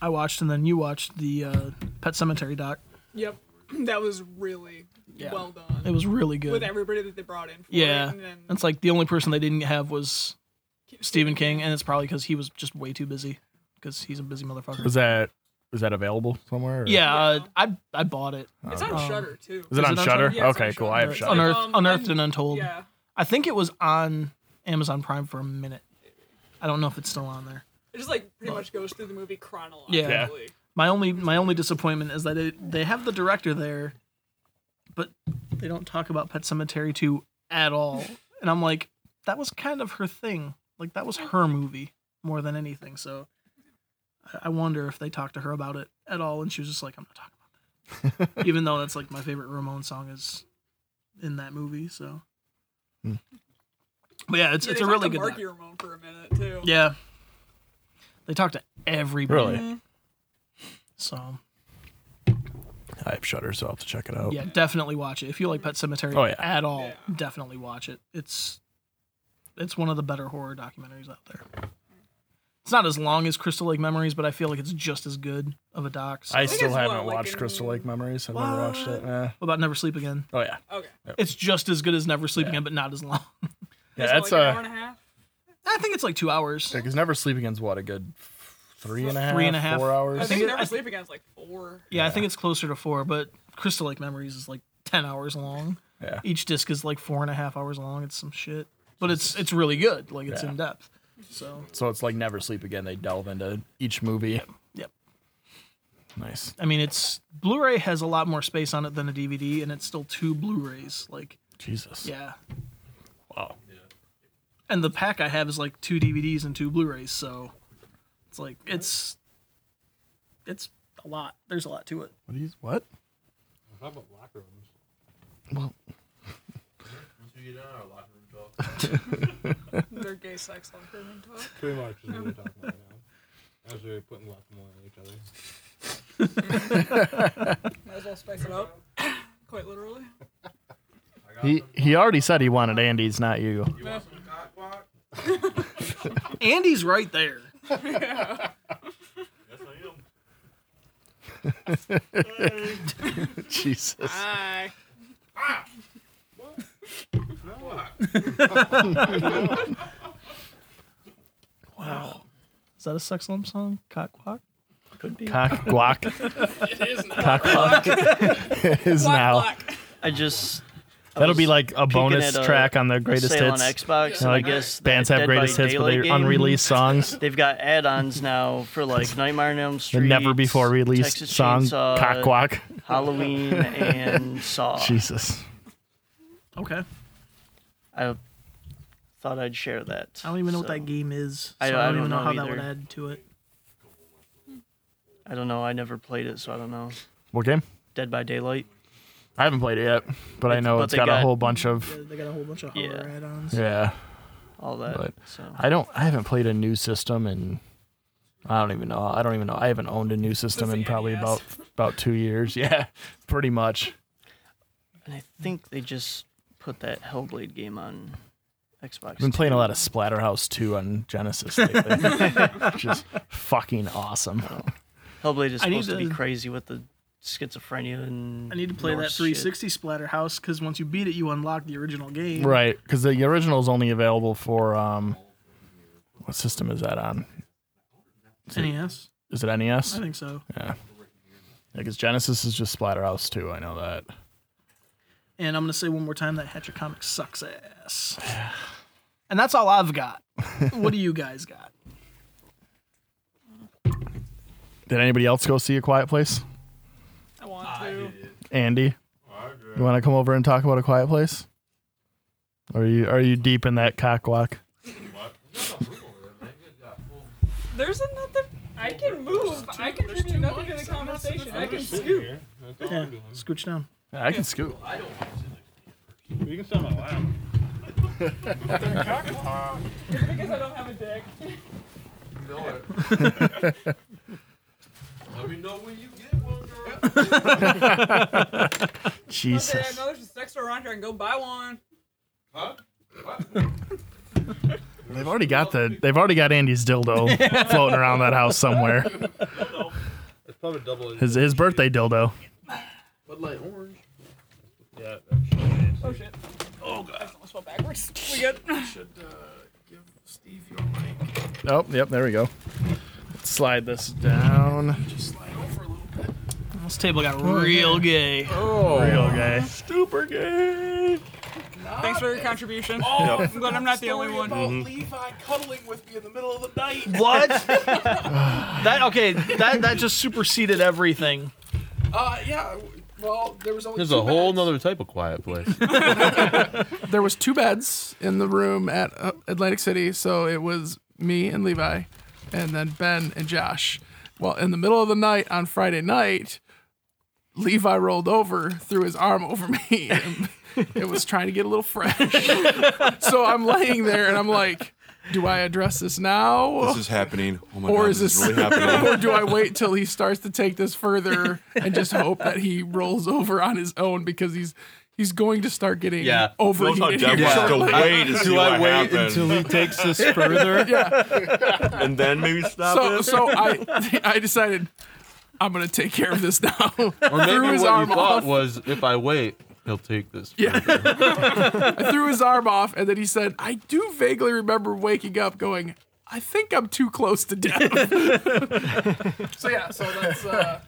Speaker 3: I watched, and then you watched the uh, Pet Cemetery doc.
Speaker 2: Yep, that was really well done
Speaker 3: It was really good.
Speaker 2: with everybody that they brought in. For
Speaker 3: yeah,
Speaker 2: it, and then
Speaker 3: it's like the only person they didn't have was Stephen King, and it's probably because he was just way too busy because he's a busy motherfucker.
Speaker 1: was that was that available somewhere? or-
Speaker 3: Yeah, uh, I I bought it.
Speaker 2: it's on Shutter too.
Speaker 1: Is it
Speaker 3: Is
Speaker 1: on
Speaker 3: it on
Speaker 1: Shutter?
Speaker 2: Shudder? Yeah, it's
Speaker 1: okay,
Speaker 2: on
Speaker 1: cool.
Speaker 2: Shudder.
Speaker 1: I have
Speaker 2: It's
Speaker 1: Shutter.
Speaker 2: on
Speaker 3: Unearthed,
Speaker 2: Um,
Speaker 3: Unearthed,
Speaker 2: I'm-
Speaker 3: and Untold.
Speaker 2: Yeah,
Speaker 3: I think it was on Amazon Prime for a minute. I don't know if it's still on there.
Speaker 2: it just like pretty much goes through the movie chronologically.
Speaker 3: Yeah. My only my only disappointment is that it, they have the director there, but they don't talk about Pet Cemetery 2 at all. And I'm like, that was kind of her thing. Like that was her movie more than anything. So I- I wonder if they talked to her about it at all, and she was just like, I'm not talking about that. Even though that's like my favorite Ramon song is in that movie. So, but yeah, it's
Speaker 2: Yeah,
Speaker 3: it's
Speaker 2: they
Speaker 3: a
Speaker 2: talked to
Speaker 3: really good.
Speaker 2: Mark
Speaker 3: doc.
Speaker 2: Ramone for a minute too.
Speaker 3: Yeah. They talk to everybody.
Speaker 1: Really?
Speaker 3: So
Speaker 1: I have Shutter, so I'll have to check it out.
Speaker 3: yeah, definitely watch it. If you like Pet Cemetery
Speaker 1: Oh, yeah.
Speaker 3: at all,
Speaker 2: Yeah.
Speaker 3: definitely watch it. It's it's one of the better horror documentaries out there. It's not as long as Crystal Lake Memories, but I feel like it's just as good of a doc. So.
Speaker 1: I
Speaker 2: think
Speaker 1: still
Speaker 2: it's
Speaker 1: haven't
Speaker 2: what, like
Speaker 1: watched
Speaker 2: in-
Speaker 1: Crystal Lake Memories. I've never watched it. Eh.
Speaker 3: what about Never Sleep Again?
Speaker 1: Oh yeah,
Speaker 2: Okay. It's
Speaker 3: It's just as good as Never Sleep Again, but not as long.
Speaker 1: yeah.
Speaker 2: what,
Speaker 1: That's
Speaker 2: like an hour
Speaker 1: uh,
Speaker 2: and a half.
Speaker 3: I think it's like two hours.
Speaker 1: because Never Sleep Again's what a good three and a half,
Speaker 3: Three and a half.
Speaker 1: four hours.
Speaker 2: I think
Speaker 3: it-
Speaker 2: Never
Speaker 3: I-
Speaker 2: Sleep Again is like four.
Speaker 3: Yeah, I think it's closer to four, but Crystal Lake Memories is like ten hours long.
Speaker 1: Yeah.
Speaker 3: Each disc is like four and a half hours long. It's some shit, but it's it's really good. Like it's
Speaker 1: Yeah.
Speaker 3: in depth. So
Speaker 1: So it's like Never Sleep Again. They delve into each movie.
Speaker 3: Yep.
Speaker 1: Nice.
Speaker 3: I mean, it's Blu-ray has a lot more space on it than a DVD, and it's still two Blu-rays. Like
Speaker 1: Jesus.
Speaker 3: yeah,
Speaker 1: Wow.
Speaker 3: and the pack I have is like two DVDs and two Blu-rays. So it's like it's it's a lot. There's a lot to it.
Speaker 1: What? Are you, what?
Speaker 5: How about locker rooms?
Speaker 7: Once we get out of our locker room talk,
Speaker 2: They're gay sex locker room talk.
Speaker 5: Pretty much is what we're talking about now. I was really putting guacamole on each other.
Speaker 2: Might as well spice it up. Quite literally.
Speaker 1: He he already said he wanted Andy's, not you.
Speaker 7: you want some cock block?
Speaker 3: Andy's right there.
Speaker 7: Yes, I am.
Speaker 1: Jesus.
Speaker 2: Aye.
Speaker 3: Is that a sex lump song? Cock quack.
Speaker 1: Cock guac. Cock guac is
Speaker 2: Black,
Speaker 1: now.
Speaker 2: black.
Speaker 6: I just
Speaker 1: That'll be like a bonus
Speaker 6: at a
Speaker 1: track on the greatest
Speaker 6: uh, sale
Speaker 1: hits.
Speaker 6: on Xbox, and I
Speaker 1: like
Speaker 6: guess
Speaker 1: bands have
Speaker 6: that Dead by
Speaker 1: greatest hits, but
Speaker 6: Daylight
Speaker 1: they're
Speaker 6: game,
Speaker 1: unreleased songs.
Speaker 6: They've got add-ons now for like Nightmare on Elm
Speaker 1: The
Speaker 6: Street,
Speaker 1: never before released
Speaker 6: Texas
Speaker 1: song
Speaker 6: Chainsaw,
Speaker 1: Cock guac.
Speaker 6: Halloween, and Saw.
Speaker 1: Jesus.
Speaker 3: Okay.
Speaker 6: I thought I'd share that.
Speaker 3: I don't even know what
Speaker 6: So,
Speaker 3: that game is.
Speaker 6: I-
Speaker 3: so
Speaker 6: I
Speaker 3: I, don't
Speaker 6: don't
Speaker 3: even know,
Speaker 6: know
Speaker 3: how that would
Speaker 6: either.
Speaker 3: add to it.
Speaker 6: I don't know. I never played it, so I don't know.
Speaker 1: What game?
Speaker 6: Dead by Daylight.
Speaker 1: I haven't played it yet, but I
Speaker 6: It's-
Speaker 1: know
Speaker 6: but
Speaker 1: it's
Speaker 6: they
Speaker 1: got, a
Speaker 6: got-
Speaker 1: whole bunch of
Speaker 3: Yeah, They got a whole bunch of horror
Speaker 6: Yeah.
Speaker 3: add-ons.
Speaker 1: yeah.
Speaker 6: all that.
Speaker 1: But-
Speaker 6: so
Speaker 1: I don't. I haven't played a new system in. I don't even know. I don't even know. I haven't owned a new system in
Speaker 2: the
Speaker 1: probably
Speaker 6: E
Speaker 2: NES.
Speaker 1: about about two years. Yeah, pretty much.
Speaker 6: and I think they just put that Hellblade game on Xbox.
Speaker 1: I've been playing a lot of Splatterhouse 2 on Genesis lately, which is fucking awesome.
Speaker 6: Oh. Hellblade is
Speaker 3: I need
Speaker 6: supposed to be
Speaker 3: to-
Speaker 6: crazy with the schizophrenia and.
Speaker 3: I need to play that
Speaker 6: Norse shit.
Speaker 3: 360 Splatterhouse because once you beat it, you unlock the original game.
Speaker 1: Right, because the original is only available for um, what system is that on?
Speaker 3: NES.
Speaker 1: Is it E NES?
Speaker 3: E I
Speaker 1: Yeah,
Speaker 3: think so.
Speaker 1: because Genesis is just Splatterhouse 2. I know that.
Speaker 3: And I'm gonna say one more time that Hatcher Comics sucks ass. And that's all I've got. what do you guys got?
Speaker 1: Did anybody else go see A Quiet Place?
Speaker 2: I want to.
Speaker 1: Andy, you want to come over and talk about A Quiet Place? Or are you are you deep in that cock walk?
Speaker 2: There's nothing. I can move. I can contribute nothing to the conversation. I can scoop.
Speaker 5: Here, that's all
Speaker 3: Yeah,
Speaker 5: I'm doing.
Speaker 3: scooch down.
Speaker 1: I can scoot.
Speaker 5: You can sit on my lap.
Speaker 2: because I don't have a dick.
Speaker 7: You know it. Let me know when you get one, girl.
Speaker 2: Okay, I
Speaker 1: Jesus.
Speaker 2: know "Oh, there's this next door around here. I can go buy one.
Speaker 7: Huh?
Speaker 1: They've already got the. They've already got Andy's dildo floating around that house somewhere.
Speaker 5: It's probably double.
Speaker 1: His his birthday dildo.
Speaker 7: Bud Light Orange.
Speaker 5: Yeah. actually, it's-
Speaker 2: Oh shit. Oh god. I almost fell backwards. We good?
Speaker 7: Should uh, give Steve your mic.
Speaker 1: Oh, yep. There we go. Let's slide this down.
Speaker 7: Just slide over a little bit.
Speaker 3: This table got real gay.
Speaker 1: Real gay.
Speaker 7: Super gay.
Speaker 2: Thanks for your contribution.
Speaker 7: Oh,
Speaker 2: I'm glad I'm not the only
Speaker 7: story
Speaker 2: one.
Speaker 7: About Levi cuddling with me in the middle of the night.
Speaker 3: What? that okay? That that just superseded everything.
Speaker 7: Uh, yeah. Well, there was only
Speaker 8: There's
Speaker 7: two
Speaker 8: a whole
Speaker 7: minutes.
Speaker 8: nother type of quiet place.
Speaker 4: There was two beds in the room at uh, Atlantic City, so it was me and Levi, and then Ben and Josh. Well, in the middle of the night on Friday night, Levi rolled over, threw his arm over me, and it was trying to get a little fresh. so I'm laying there, and I'm like, "Do I address this now?"
Speaker 9: This is happening. Oh my
Speaker 4: Or
Speaker 9: god,
Speaker 4: is
Speaker 9: this is
Speaker 4: this-
Speaker 9: really happening?
Speaker 4: or do I wait till he starts to take this further and just hope that he rolls over on his own because he's he's going to start getting
Speaker 8: Yeah.
Speaker 9: Knows how
Speaker 4: overheated.
Speaker 9: Deb
Speaker 8: Yeah.
Speaker 9: wants to wait to see
Speaker 8: Do I
Speaker 9: what
Speaker 8: wait
Speaker 9: happens.
Speaker 8: until he takes this further?
Speaker 9: and then maybe stop
Speaker 4: So
Speaker 9: it?
Speaker 4: so I I decided I'm gonna take care of this now.
Speaker 8: Or maybe
Speaker 4: threw
Speaker 8: what
Speaker 4: his
Speaker 8: you
Speaker 4: arm
Speaker 8: thought
Speaker 4: off.
Speaker 8: was, if I wait, he'll take this.
Speaker 4: Yeah. I threw his arm off and then he said, I do vaguely remember waking up going, I think I'm too close to death. so yeah, so that's uh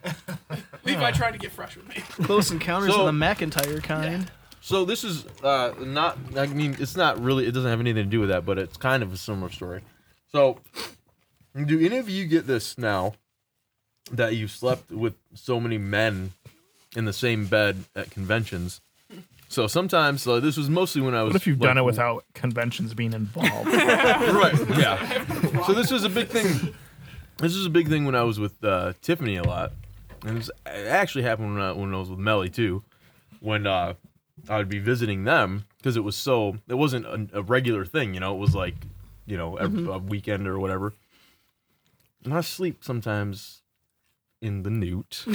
Speaker 4: Levi trying to get fresh with me.
Speaker 3: Close encounters
Speaker 8: So-
Speaker 3: of the McIntyre kind.
Speaker 8: So this is uh, not. I mean, it's not really. It doesn't have anything to do with that, but it's kind of a similar story. So, do any of you get this now that you've slept with so many men in the same bed at conventions? So sometimes, so this was mostly when I was.
Speaker 1: What if you've
Speaker 8: like,
Speaker 1: done it without conventions being involved?
Speaker 8: right. Yeah. So this was a big thing. This was a big thing when I was with uh, Tiffany a lot, and this it actually happened when I, when I was with Melly too, when uh, I would be visiting them because it was so it wasn't a, a regular thing, you know. It was like, you know, a, a weekend or whatever. And I sleep sometimes in the newt.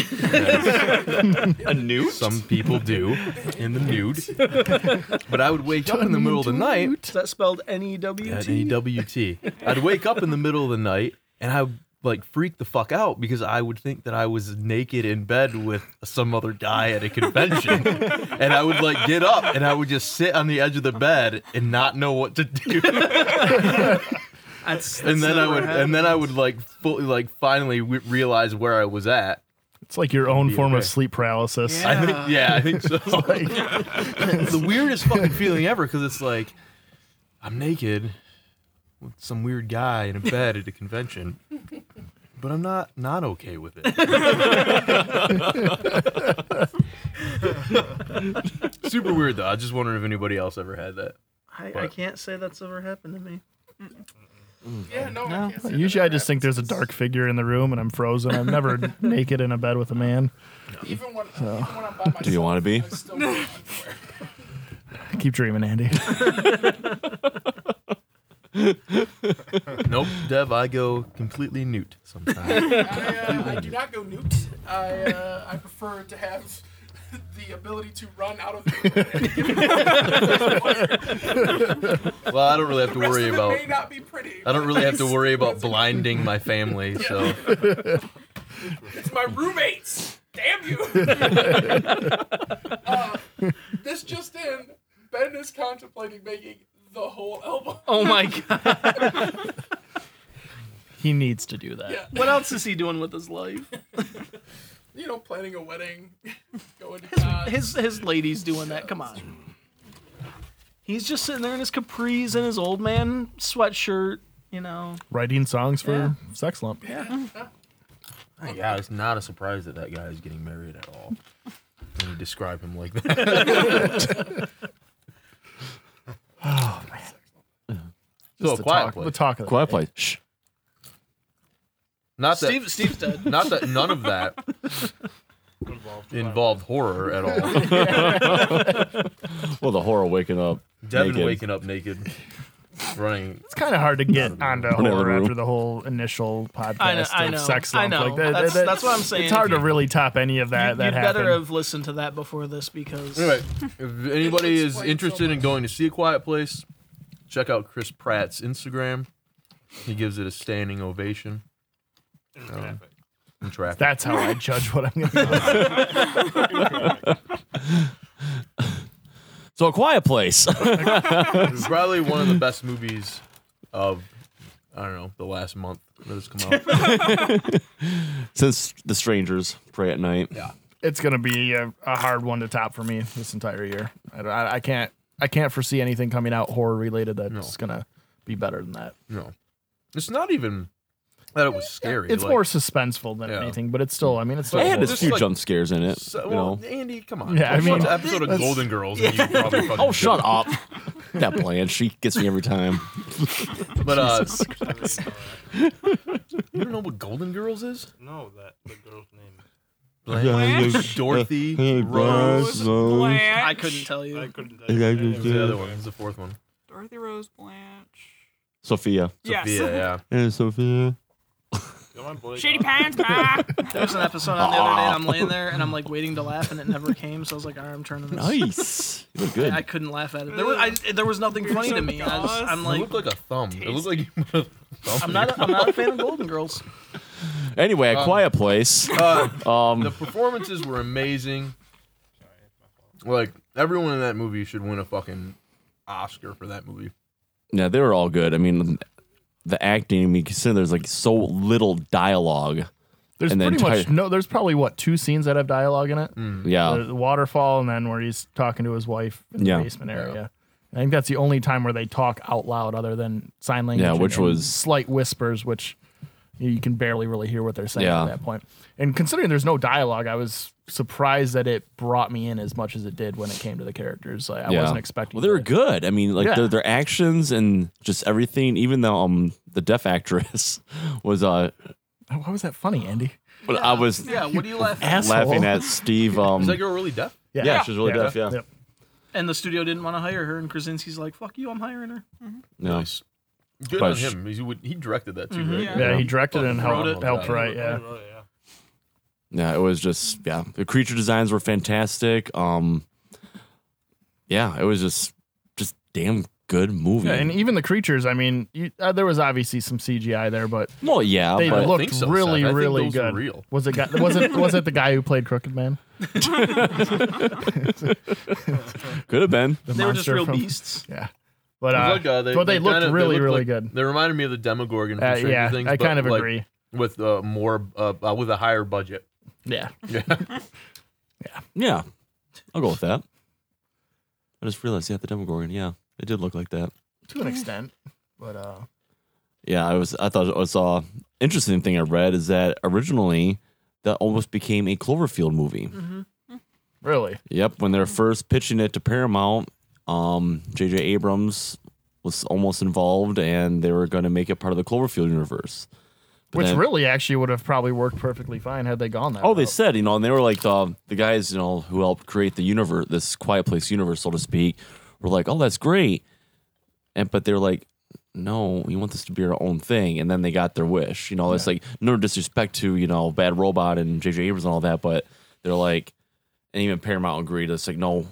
Speaker 8: a newt. Some people do in the nude, but I would wake up in the middle of the night.
Speaker 3: Is that spelled N E W
Speaker 8: At
Speaker 3: T?
Speaker 8: EWT. I'd wake up in the middle of the night and I would like freak the fuck out because I would think that I was naked in bed with some other guy at a convention. and I would like get up and I would just sit on the edge of the bed and not know what to do.
Speaker 3: That's, that's
Speaker 8: and then I
Speaker 3: never
Speaker 8: would and then I would like fully like finally w- realize where I was at.
Speaker 1: It's like your own form of
Speaker 8: okay.
Speaker 1: sleep paralysis.
Speaker 8: I think yeah, I think so. it's the weirdest fucking feeling ever because it's like I'm naked with some weird guy in a bed at a convention, but I'm not not okay with it. Super weird though. I just wondering if anybody else ever had that.
Speaker 3: happen. I, I can't say that's ever happened to me.
Speaker 4: Yeah, no, I can't say
Speaker 1: Usually, I
Speaker 4: that.
Speaker 1: just think there's a dark figure in the room, and I'm frozen. I'm never naked in a bed with a man.
Speaker 4: even when, even when I'm by myself,
Speaker 9: Do you want to be?
Speaker 4: I still wear underwear.
Speaker 1: Keep dreaming, Andy.
Speaker 8: Nope, Dev. I go completely newt sometimes.
Speaker 4: I, uh, I do not go newt. I uh, I prefer to have the ability to run out of
Speaker 8: well, I don't really have to
Speaker 4: the
Speaker 8: worry
Speaker 4: rest of
Speaker 8: about.
Speaker 4: It may not be pretty.
Speaker 8: I don't really have to worry about blinding my family. So
Speaker 4: It's my roommates. Damn you. uh, this just in: Ben is contemplating making the whole album.
Speaker 3: Oh my god!
Speaker 1: He needs to do that.
Speaker 3: What else is he doing with his life?
Speaker 4: You know, planning a wedding, going to cons.
Speaker 3: His his lady's doing that. Come on. He's just sitting there in his capris and his old man sweatshirt. You know.
Speaker 1: Writing songs for Sex Lump.
Speaker 8: Yeah, it's not a surprise that that guy is getting married at all. When you describe him like that. So
Speaker 1: Just
Speaker 8: a
Speaker 1: the
Speaker 8: quiet
Speaker 1: talk,
Speaker 8: place.
Speaker 1: The talk of the
Speaker 9: Quiet
Speaker 1: day.
Speaker 9: place. Shh.
Speaker 8: Not that,
Speaker 3: Steve Steve's dead.
Speaker 8: not that none of that involved horror at all.
Speaker 9: Well, the horror waking up.
Speaker 8: Devin
Speaker 10: Naked.
Speaker 8: waking up naked, running.
Speaker 1: It's kind of hard to get onto horror
Speaker 10: room.
Speaker 1: after the whole initial podcast
Speaker 3: I know- I
Speaker 1: of
Speaker 3: know,
Speaker 1: sex
Speaker 3: I
Speaker 1: lump.
Speaker 3: know.
Speaker 1: Like that,
Speaker 3: That's-
Speaker 1: that-
Speaker 3: that's what I'm saying.
Speaker 1: It's hard
Speaker 3: If
Speaker 1: to really top any of that. that
Speaker 3: You'd
Speaker 1: happened.
Speaker 3: better have listened to that before this because
Speaker 8: Anyway, if anybody is interested in going to see a quiet place, check out Chris Pratt's Instagram. He gives it a standing ovation. In traffic. In traffic.
Speaker 1: That's how I judge what I'm going to do.
Speaker 10: So a quiet place.
Speaker 8: It's probably one of the best movies of I don't know the last month that has come out.
Speaker 10: Since the strangers pray at night.
Speaker 1: It's going to be a, a hard one to top for me this entire year. I, don't- I, I can't. I can't foresee anything coming out horror related that's going to be better than that.
Speaker 8: no, it's not even that it was scary.
Speaker 1: It's
Speaker 8: like,
Speaker 1: more suspenseful than
Speaker 8: Yeah.
Speaker 1: anything, but it's still. I mean, it's still.
Speaker 10: It had
Speaker 1: horror.
Speaker 10: a
Speaker 8: Just
Speaker 10: few
Speaker 8: like-
Speaker 10: jump scares in it.
Speaker 8: So,
Speaker 10: you
Speaker 8: well,
Speaker 10: know.
Speaker 8: Andy, come on.
Speaker 1: Yeah, I
Speaker 8: Just watch
Speaker 1: mean-
Speaker 8: an episode of Golden Girls. And you probably fucking
Speaker 10: Oh,
Speaker 8: kill
Speaker 10: shut up. that Blanche, she gets me every time.
Speaker 8: it. But uh, you don't know what Golden Girls is?
Speaker 5: No, that the girl's name.
Speaker 8: Blanche, Dorothy, Rose.
Speaker 2: Rose Blanche.
Speaker 3: I couldn't tell
Speaker 5: I
Speaker 3: you.
Speaker 5: couldn't. tell you.
Speaker 10: Exactly.
Speaker 8: It was the other one. It was the fourth one.
Speaker 2: Dorothy Rose Blanche.
Speaker 10: Sophia.
Speaker 2: Yes.
Speaker 8: Yeah, yeah.
Speaker 10: Hey, Sophia.
Speaker 5: Come on, Blake.
Speaker 2: Shady pants. ah.
Speaker 3: There was an episode on the other day, and I'm laying there and I'm like waiting to laugh, and it never came. So I was like, all right, I'm turning this.
Speaker 10: Nice. You look good.
Speaker 3: I couldn't laugh at it. There was, I, there was nothing funny to me. I just, I'm
Speaker 8: it
Speaker 3: like,
Speaker 8: looked like a thumb. It looked like you put a thumb.
Speaker 3: I'm not, a, I'm not a fan of Golden Girls.
Speaker 10: Anyway, a quiet place. Um,
Speaker 8: The performances were amazing. Like everyone in that movie should win a fucking Oscar for that movie.
Speaker 10: Yeah, they were all good. I mean, the acting. I mean, considering there's like so little dialogue.
Speaker 1: There's
Speaker 10: and the
Speaker 1: pretty much
Speaker 10: entire-
Speaker 1: no. There's probably what two scenes that have dialogue in it.
Speaker 10: Yeah,
Speaker 1: There's the waterfall, and then where he's talking to his wife in
Speaker 10: Oh. Yeah.
Speaker 1: the basement area. I think that's the only time where they talk out loud, other than sign language.
Speaker 10: Yeah,
Speaker 1: and-
Speaker 10: which
Speaker 1: and
Speaker 10: was-
Speaker 1: slight whispers, which you can barely really hear what they're saying
Speaker 10: Yeah.
Speaker 1: at that point. And considering there's no dialogue, I was surprised that it brought me in as much as it did when it came to the characters. Like, I
Speaker 10: yeah.
Speaker 1: wasn't expecting.
Speaker 10: Well, they were
Speaker 1: that.
Speaker 10: good. I mean, like
Speaker 1: Yeah.
Speaker 10: their, their actions and just everything. Even though um the deaf actress was uh,
Speaker 1: Why was that funny, Andy?
Speaker 10: but I was
Speaker 3: Yeah, what do you laugh at?
Speaker 1: Asshole.
Speaker 10: laughing at Steve. Um,
Speaker 8: Is that girl really deaf?
Speaker 10: yeah, she was really
Speaker 1: Yeah.
Speaker 10: deaf. Yeah,
Speaker 1: Yep.
Speaker 3: And the studio didn't want to hire her, and Krasinski's like, fuck you, I'm hiring her.
Speaker 10: no,
Speaker 8: Good
Speaker 10: But
Speaker 8: on
Speaker 10: sh-
Speaker 8: him. He, would, he directed that too, right?
Speaker 2: Yeah.
Speaker 1: Yeah, he directed and
Speaker 8: Wrote
Speaker 1: helped,
Speaker 8: it.
Speaker 1: helped right. Yeah.
Speaker 5: Oh, yeah.
Speaker 10: yeah. It was just yeah. The creature designs were fantastic. Um, yeah, it was just just damn good movie.
Speaker 1: Yeah, and even the creatures. I mean, you, uh, there was obviously some CGI there, but
Speaker 10: well, yeah,
Speaker 1: they
Speaker 10: but
Speaker 1: looked
Speaker 8: think so,
Speaker 1: really,
Speaker 8: Seth. I think
Speaker 1: really
Speaker 8: those were
Speaker 1: good.
Speaker 8: real.
Speaker 1: Was it? Guy, was it? Was it the guy who played Crooked Man?
Speaker 10: could have been.
Speaker 1: The
Speaker 3: They were just
Speaker 1: monster
Speaker 3: real
Speaker 1: from-
Speaker 3: beasts.
Speaker 1: Yeah, but uh,
Speaker 8: It was like, uh,
Speaker 1: but they, looked
Speaker 8: kinda-
Speaker 1: really,
Speaker 8: looked
Speaker 1: really
Speaker 8: like-
Speaker 1: good.
Speaker 8: They reminded me of the Demogorgon. From
Speaker 1: Uh,
Speaker 8: Stranger
Speaker 1: yeah,
Speaker 8: Things,
Speaker 1: I
Speaker 8: but,
Speaker 1: kind of
Speaker 8: like,
Speaker 1: agree.
Speaker 8: With uh, more, uh, uh, with a higher budget.
Speaker 1: Yeah,
Speaker 8: Yeah.
Speaker 10: Yeah, I'll go with that. I just realized, yeah, the Demogorgon. Yeah, it did look like that.
Speaker 1: to an extent. But uh,
Speaker 10: Yeah, I was. I thought it was uh, interesting thing I read is that originally that almost became a Cloverfield movie.
Speaker 1: really,
Speaker 10: Yep, when they're first pitching it to Paramount, um, J.J. Abrams was almost involved, and they were going to make it part of the Cloverfield universe. But
Speaker 1: which
Speaker 10: then-
Speaker 1: really actually would have probably worked perfectly fine had they gone that.
Speaker 10: Oh, they
Speaker 1: route.
Speaker 10: said, you know, and they were like the the guys, you know, who helped create the universe, this quiet place universe, so to speak, were like, oh, that's great, and but they're like, no, we want this to be our own thing, and then they got their wish. You know, it's like no disrespect to you know Bad Robot and J.J. Abrams and all that, but they're like, and even Paramount agreed. It's like no,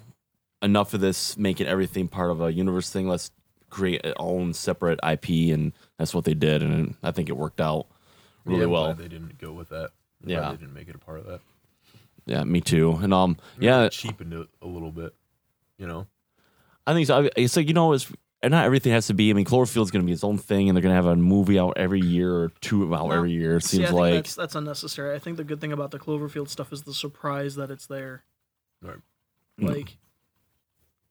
Speaker 10: enough of this making everything part of a universe thing. Let's create our own separate IP, and that's what they did, and I think it worked out really
Speaker 8: Yeah, I'm
Speaker 10: well.
Speaker 8: glad They didn't go with that. I'm glad
Speaker 10: Yeah.
Speaker 8: They didn't make it a part of that.
Speaker 10: Yeah, me too. And um, yeah,
Speaker 8: Cheapened it a little bit. You know.
Speaker 10: I think so. I- It's like you know, it's and not everything has to be. I mean, Cloverfield's going to be its own thing, and they're going to have a movie out every year or two out every year. It
Speaker 3: See, I
Speaker 10: seems
Speaker 3: think
Speaker 10: like
Speaker 3: that's, that's unnecessary. I think the good thing about the Cloverfield stuff is the surprise that it's there.
Speaker 8: Right.
Speaker 3: Like,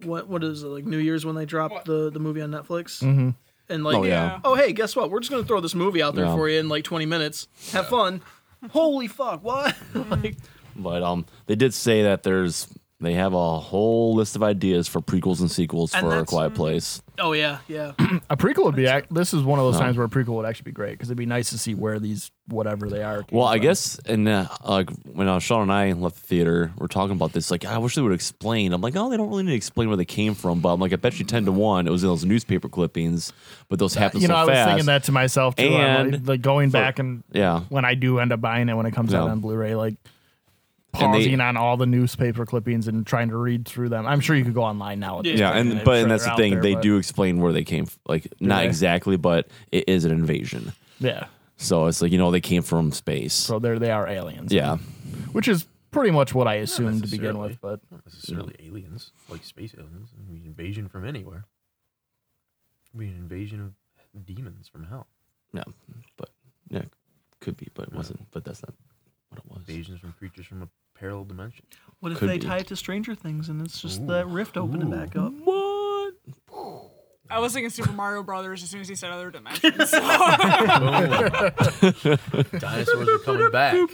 Speaker 3: what what is it? Like New Year's when they dropped the, the movie on Netflix?
Speaker 1: Mhm.
Speaker 3: And like,
Speaker 10: oh yeah,
Speaker 3: oh hey, guess what? We're just gonna throw this movie out there
Speaker 10: Yeah.
Speaker 3: for you in like 20 minutes. Have fun. Holy fuck! What? like,
Speaker 10: but um, they did say that there's They have a whole list of ideas for prequels and sequels
Speaker 3: And
Speaker 10: for A
Speaker 3: that's-
Speaker 10: Quiet Place.
Speaker 3: Oh yeah, yeah.
Speaker 1: A prequel would be. ac- This is one of those
Speaker 10: No.
Speaker 1: times where a prequel would actually be great because it'd be nice to see where these whatever they are.
Speaker 10: Well, I guess, and uh, like when uh, Sean and I left the theater, we're talking about this. Like, I wish they would explain. I'm like, oh, they don't really need to explain where they came from, but I'm like, I bet you ten to one it was in those newspaper clippings, but those happened
Speaker 1: you know,
Speaker 10: so
Speaker 1: I was
Speaker 10: fast.
Speaker 1: thinking that to myself too. I'm like,
Speaker 10: And-
Speaker 1: like, going
Speaker 10: for-
Speaker 1: back and
Speaker 10: yeah.
Speaker 1: when I do end up buying it when it comes out
Speaker 10: No.
Speaker 1: on Blu-ray, like
Speaker 10: And they-
Speaker 1: pausing on all the newspaper clippings and trying to read through them. I'm sure you could go online now.
Speaker 10: yeah, and but and that's the thing. they do explain where they came, f- like not
Speaker 1: they?
Speaker 10: exactly, but it is an invasion.
Speaker 1: Yeah,
Speaker 10: So it's like you know they came from space.
Speaker 1: so there they are aliens.
Speaker 10: yeah,
Speaker 1: which is pretty much what I assumed to begin with. But
Speaker 8: Not necessarily aliens, like space aliens. It could be an invasion from anywhere. It could be an invasion of demons from hell.
Speaker 10: no, but yeah, could be, but it wasn't. But that's not what it was.
Speaker 8: Invasions from creatures from a parallel dimension.
Speaker 3: What if
Speaker 10: Could
Speaker 3: they
Speaker 10: be.
Speaker 3: tie it to Stranger Things and it's just that rift opening back up?
Speaker 2: I was thinking Super Mario Brothers as soon as he said other dimensions. So.
Speaker 8: Dinosaurs are coming back.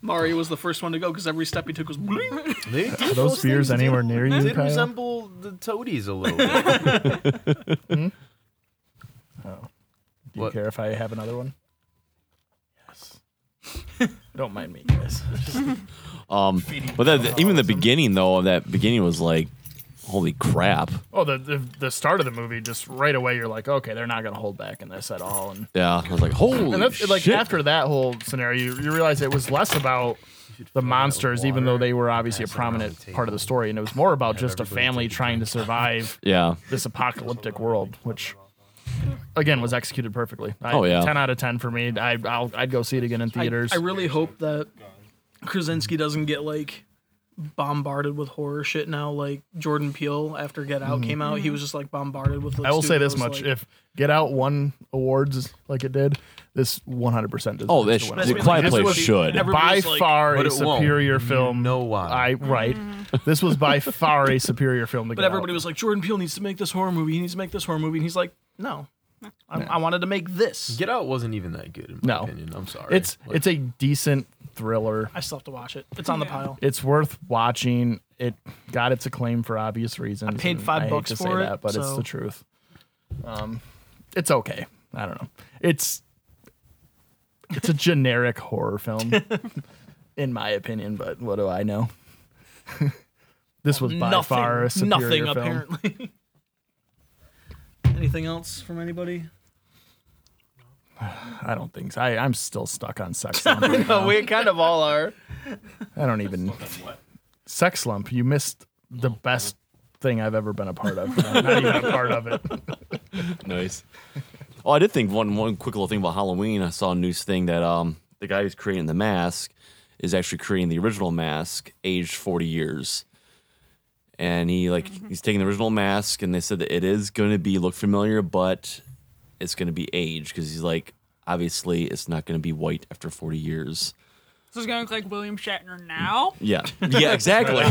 Speaker 3: Mario was the first one to go because every step he took was. bling.
Speaker 8: They do
Speaker 1: Are those spheres
Speaker 8: things
Speaker 1: anywhere
Speaker 8: did-
Speaker 1: near you,
Speaker 8: Did
Speaker 1: Kyle?
Speaker 8: resemble the toadies a little bit.
Speaker 1: do you
Speaker 8: What?
Speaker 1: care if I have another one? Yes. Don't mind me, guys.
Speaker 10: Um, but that, even the beginning though, that beginning was like, holy crap.
Speaker 1: Oh, the, the the start of the movie, just right away, you're like, okay, they're not gonna hold back in this at all, and
Speaker 10: Yeah, I was like, holy
Speaker 1: and that's
Speaker 10: shit.
Speaker 1: like after that whole scenario, you, you realize it was less about the monsters, even though they were obviously a
Speaker 8: pass it around
Speaker 1: prominent
Speaker 8: the
Speaker 1: part of the
Speaker 8: table.
Speaker 1: story, and it was more about just a
Speaker 8: everybody
Speaker 1: family
Speaker 8: take a
Speaker 1: trying to survive
Speaker 10: yeah,
Speaker 1: this apocalyptic world, which again was executed perfectly. I,
Speaker 10: Oh, yeah.
Speaker 1: ten out of ten for me. I I'll, I'd go see it again in
Speaker 3: I,
Speaker 1: theaters.
Speaker 3: I really hope that Krasinski doesn't get like bombarded with horror shit now. Like Jordan Peele after Get Out came out, he was just like bombarded with. Like,
Speaker 1: I will say this
Speaker 3: studios,
Speaker 1: much:
Speaker 3: like-
Speaker 1: if Get Out won awards like it did, this 100 percent does.
Speaker 10: Oh, it sh- The Quiet Place should.
Speaker 1: by
Speaker 3: Everybody's like-
Speaker 1: far
Speaker 8: But
Speaker 1: a
Speaker 8: it won't.
Speaker 1: superior
Speaker 10: Mm-hmm.
Speaker 1: film.
Speaker 8: know why.
Speaker 1: I right. This was by far a superior film to
Speaker 3: Mm-hmm. but
Speaker 1: Get
Speaker 3: everybody
Speaker 1: Out.
Speaker 3: was like, Jordan Peele needs to make this horror movie. He needs to make this horror movie, and he's like, no. I, I wanted to make this.
Speaker 8: Get Out wasn't even that good in my
Speaker 1: No.
Speaker 8: opinion. I'm sorry.
Speaker 1: It's
Speaker 8: Like,
Speaker 1: it's a decent thriller.
Speaker 3: I still have to watch it. It's on the pile.
Speaker 1: It's worth watching. It got its acclaim for obvious reasons.
Speaker 3: I paid
Speaker 1: and
Speaker 3: five
Speaker 1: hate
Speaker 3: bucks
Speaker 1: to say
Speaker 3: for it,
Speaker 1: that, but it's
Speaker 3: so-
Speaker 1: the truth. Um, it's okay. I don't know. It's it's a generic horror film, in my opinion. But what do I know? this was by
Speaker 3: nothing,
Speaker 1: far a superior
Speaker 3: nothing
Speaker 1: film.
Speaker 3: apparently. Anything else from anybody?
Speaker 1: I don't think so. I, I'm still stuck on sex slump. right now.
Speaker 3: Oh, we kind of all are.
Speaker 1: I don't even sex slump. You missed the best thing I've ever been a part of. I'm not even a part of it.
Speaker 10: nice. Oh, I did think one one quick little thing about Halloween. I saw a news thing that um the guy who's creating the mask is actually creating the original mask, aged forty years. And he like
Speaker 1: Mm-hmm.
Speaker 10: he's taking the original mask, and they said that it is going to be look familiar, but it's going to be aged because he's like obviously it's not going to be white after forty years.
Speaker 2: So it's gonna look like William Shatner now.
Speaker 10: Yeah, yeah, exactly.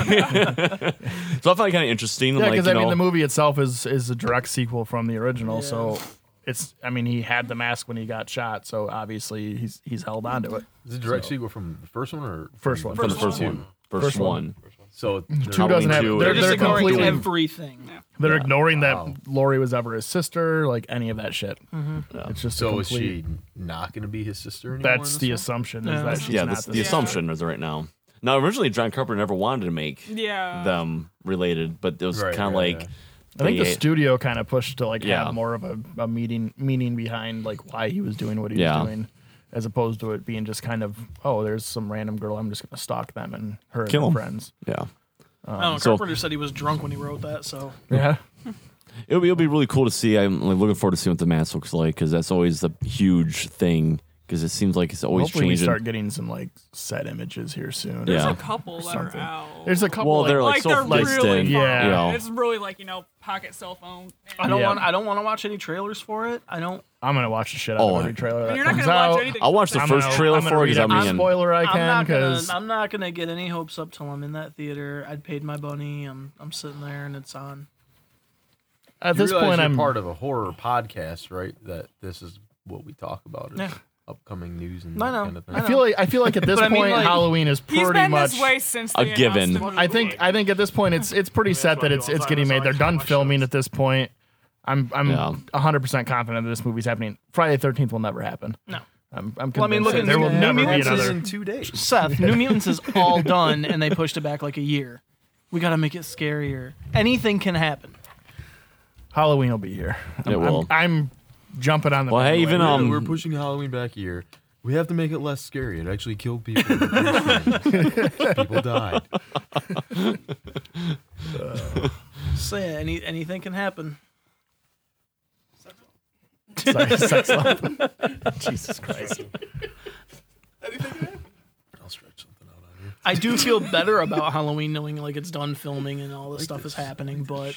Speaker 10: so I find it kind of interesting.
Speaker 1: Yeah,
Speaker 10: like,
Speaker 1: because
Speaker 10: you
Speaker 1: I mean,
Speaker 10: know-
Speaker 1: the movie itself is is a direct sequel from the original, so it's. I mean, he had the mask when he got shot, so obviously he's he's held on to it.
Speaker 8: is it a direct sequel from the first one or
Speaker 1: First
Speaker 8: from
Speaker 1: one.
Speaker 10: from the first
Speaker 8: two?
Speaker 10: one, first
Speaker 1: First one.
Speaker 10: one.
Speaker 8: So
Speaker 1: Two doesn't have.
Speaker 10: two
Speaker 1: They're,
Speaker 3: They're
Speaker 10: is-
Speaker 3: just
Speaker 1: they're
Speaker 3: ignoring
Speaker 1: completely.
Speaker 3: everything.
Speaker 1: they're ignoring that Lori was ever his sister, like any of that shit. It's just a
Speaker 8: So is
Speaker 1: complete.
Speaker 8: she not going to be his sister anymore? in
Speaker 1: that's
Speaker 8: this
Speaker 1: the
Speaker 8: one?
Speaker 1: assumption.
Speaker 3: Yeah.
Speaker 1: Is that she's
Speaker 10: yeah,
Speaker 1: not
Speaker 10: the,
Speaker 1: the
Speaker 10: the assumption is right now. Now, originally, John Carpenter never wanted to make
Speaker 2: Yeah.
Speaker 10: them related, but it was
Speaker 8: Right,
Speaker 10: kind of
Speaker 8: right,
Speaker 10: like,
Speaker 8: right.
Speaker 1: I think the
Speaker 10: they-
Speaker 1: studio kind of pushed to like
Speaker 10: Yeah.
Speaker 1: have more of a, a meaning meaning behind like why he was doing what he
Speaker 10: Yeah.
Speaker 1: was doing, as opposed to it being just kind of oh there's some random girl I'm just gonna stalk them and her and
Speaker 10: Kill 'em.
Speaker 1: her friends.
Speaker 10: yeah.
Speaker 3: I don't know.
Speaker 10: so-
Speaker 3: Carpenter said he was drunk when he wrote that, so
Speaker 1: Yeah.
Speaker 10: It'll be, it'll be really cool to see. I'm like, looking forward to seeing what the mask looks like because that's always the huge thing because it seems like it's always
Speaker 1: Hopefully we
Speaker 10: changing.
Speaker 1: start getting some like set images here soon.
Speaker 10: Yeah.
Speaker 1: Yeah.
Speaker 2: There's a couple that
Speaker 1: Something.
Speaker 2: are out.
Speaker 1: There's a couple.
Speaker 10: well,
Speaker 1: like,
Speaker 10: they're
Speaker 2: like,
Speaker 10: like,
Speaker 2: they're
Speaker 10: so fixed
Speaker 2: really
Speaker 10: in.
Speaker 2: far.
Speaker 1: Yeah.
Speaker 10: You know,
Speaker 2: It's really like you know pocket cell phone.
Speaker 3: I don't
Speaker 1: Yeah.
Speaker 3: want. I don't want to watch any trailers for it. I don't.
Speaker 1: I'm gonna watch the shit out
Speaker 10: Oh,
Speaker 1: of every
Speaker 10: I-
Speaker 1: trailer. That
Speaker 2: You're not
Speaker 1: comes
Speaker 2: gonna
Speaker 1: out.
Speaker 2: watch anything.
Speaker 10: I'll watch the
Speaker 1: I'm
Speaker 10: 1st
Speaker 1: gonna-
Speaker 10: trailer
Speaker 1: I'm gonna
Speaker 10: for it
Speaker 1: read
Speaker 10: because I
Speaker 1: every
Speaker 10: mean,
Speaker 1: spoiler I
Speaker 3: I'm
Speaker 1: can
Speaker 3: not gonna.
Speaker 1: because
Speaker 3: I'm not gonna get any hopes up till I'm in that theater. I'd paid my money. I'm. I'm sitting there and it's on.
Speaker 1: at
Speaker 8: You
Speaker 1: this
Speaker 8: realize
Speaker 1: point
Speaker 8: you're
Speaker 1: I'm
Speaker 8: part of a horror podcast, right? That this is what we talk about. or
Speaker 3: Yeah.
Speaker 8: something. upcoming news and
Speaker 3: No,
Speaker 8: that
Speaker 3: no,
Speaker 8: kind of thing.
Speaker 1: I feel like I feel like at this
Speaker 3: But I
Speaker 1: point
Speaker 3: mean, like,
Speaker 1: Halloween is
Speaker 2: He's
Speaker 1: pretty
Speaker 2: been
Speaker 1: much
Speaker 2: this way since
Speaker 10: a
Speaker 2: they announced
Speaker 10: given.
Speaker 2: the movie.
Speaker 1: I think I think at this point it's it's pretty set that it's it's getting made. They're done filming at this point. I'm I'm
Speaker 10: Yeah.
Speaker 1: 100% confident that this movie's happening. Friday the 13th will never happen. No. I'm I'm convinced
Speaker 3: Well, I mean, look
Speaker 1: that
Speaker 3: at
Speaker 1: there
Speaker 3: New
Speaker 1: will never be
Speaker 3: Mutants is
Speaker 1: another.
Speaker 8: in two days.
Speaker 3: Seth, New Mutants is all done, and they pushed it back like a year. We got to make it scarier. Anything can happen.
Speaker 1: Halloween will be here. I'm,
Speaker 10: It will.
Speaker 1: I'm, I'm jumping on the
Speaker 10: Well, hey, even
Speaker 1: bandwagon.
Speaker 10: um,
Speaker 8: we're pushing Halloween back a year. We have to make it less scary. It actually killed people. people died.
Speaker 3: So yeah, any anything can happen.
Speaker 1: Sorry, sex love. Jesus Christ.
Speaker 8: I'll stretch something out on
Speaker 3: I do feel better about Halloween knowing like it's done filming and all this stuff is happening, but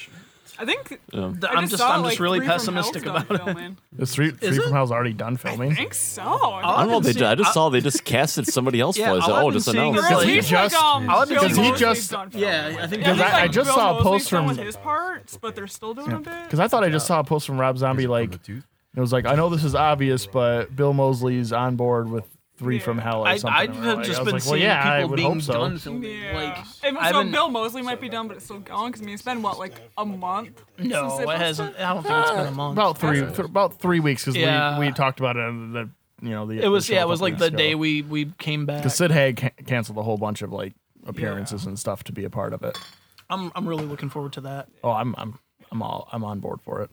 Speaker 2: I think
Speaker 3: th-
Speaker 2: I
Speaker 3: I'm just
Speaker 2: saw,
Speaker 3: I'm
Speaker 2: like,
Speaker 3: just really
Speaker 2: Three from
Speaker 3: pessimistic
Speaker 2: Hell's
Speaker 3: about
Speaker 2: done
Speaker 3: it.
Speaker 2: filming.
Speaker 1: Is three three
Speaker 3: it?
Speaker 1: from Hell's already done
Speaker 2: I
Speaker 1: filming?
Speaker 2: think so.
Speaker 10: I don't know. if They
Speaker 3: I've been
Speaker 10: did. I just
Speaker 3: seeing-
Speaker 10: saw they just casted somebody else
Speaker 3: Yeah,
Speaker 10: for it.
Speaker 3: all
Speaker 10: So,
Speaker 3: I've
Speaker 10: oh,
Speaker 3: been
Speaker 10: just
Speaker 3: seeing
Speaker 10: announced.
Speaker 2: Or
Speaker 3: is,
Speaker 2: at
Speaker 3: like-
Speaker 2: least
Speaker 1: just-
Speaker 2: like um,
Speaker 3: I'll have to-
Speaker 2: Bill
Speaker 1: because he
Speaker 2: Mosley's
Speaker 1: just-
Speaker 2: done filming.
Speaker 3: yeah, I think
Speaker 2: I,
Speaker 1: Because
Speaker 2: think,
Speaker 1: I-
Speaker 2: like,
Speaker 1: I just
Speaker 2: Bill
Speaker 1: saw a
Speaker 2: Mosley's
Speaker 1: post
Speaker 2: done
Speaker 1: from-
Speaker 2: with his parts, but they're still doing a bit.
Speaker 1: Because I thought I just saw a post from Rob Zombie
Speaker 8: you.
Speaker 1: like
Speaker 8: From the tooth.
Speaker 1: it was like I know this is obvious, but Bill Mosley's on board with three from Hell or
Speaker 3: I,
Speaker 1: something.
Speaker 3: I
Speaker 1: And we're
Speaker 3: have
Speaker 1: like-
Speaker 3: just
Speaker 1: I was
Speaker 3: been
Speaker 1: like, well,
Speaker 3: seeing
Speaker 1: yeah, I
Speaker 3: people
Speaker 1: would
Speaker 3: being
Speaker 1: hope so.
Speaker 3: done filming.
Speaker 2: Yeah.
Speaker 3: Like,
Speaker 2: and
Speaker 3: I've
Speaker 2: so
Speaker 3: been-
Speaker 2: Bill Mosley might be done, but it's still going because I mean, it's been what like a month.
Speaker 3: no,
Speaker 2: since they
Speaker 3: it
Speaker 2: posted?
Speaker 3: hasn't. I don't think it's been a month.
Speaker 1: about three th- about three weeks because
Speaker 3: Yeah.
Speaker 1: we, we talked about it on the you know the
Speaker 3: it was
Speaker 1: the show
Speaker 3: yeah,
Speaker 1: a
Speaker 3: it was
Speaker 1: couple
Speaker 3: like the
Speaker 1: weeks
Speaker 3: day
Speaker 1: ago.
Speaker 3: we we came back.
Speaker 1: 'Cause Sid Haig can- canceled a whole bunch of like appearances and stuff to be a part of it.
Speaker 3: I'm I'm really looking forward to that.
Speaker 1: Oh, I'm I'm I'm all I'm on board for it.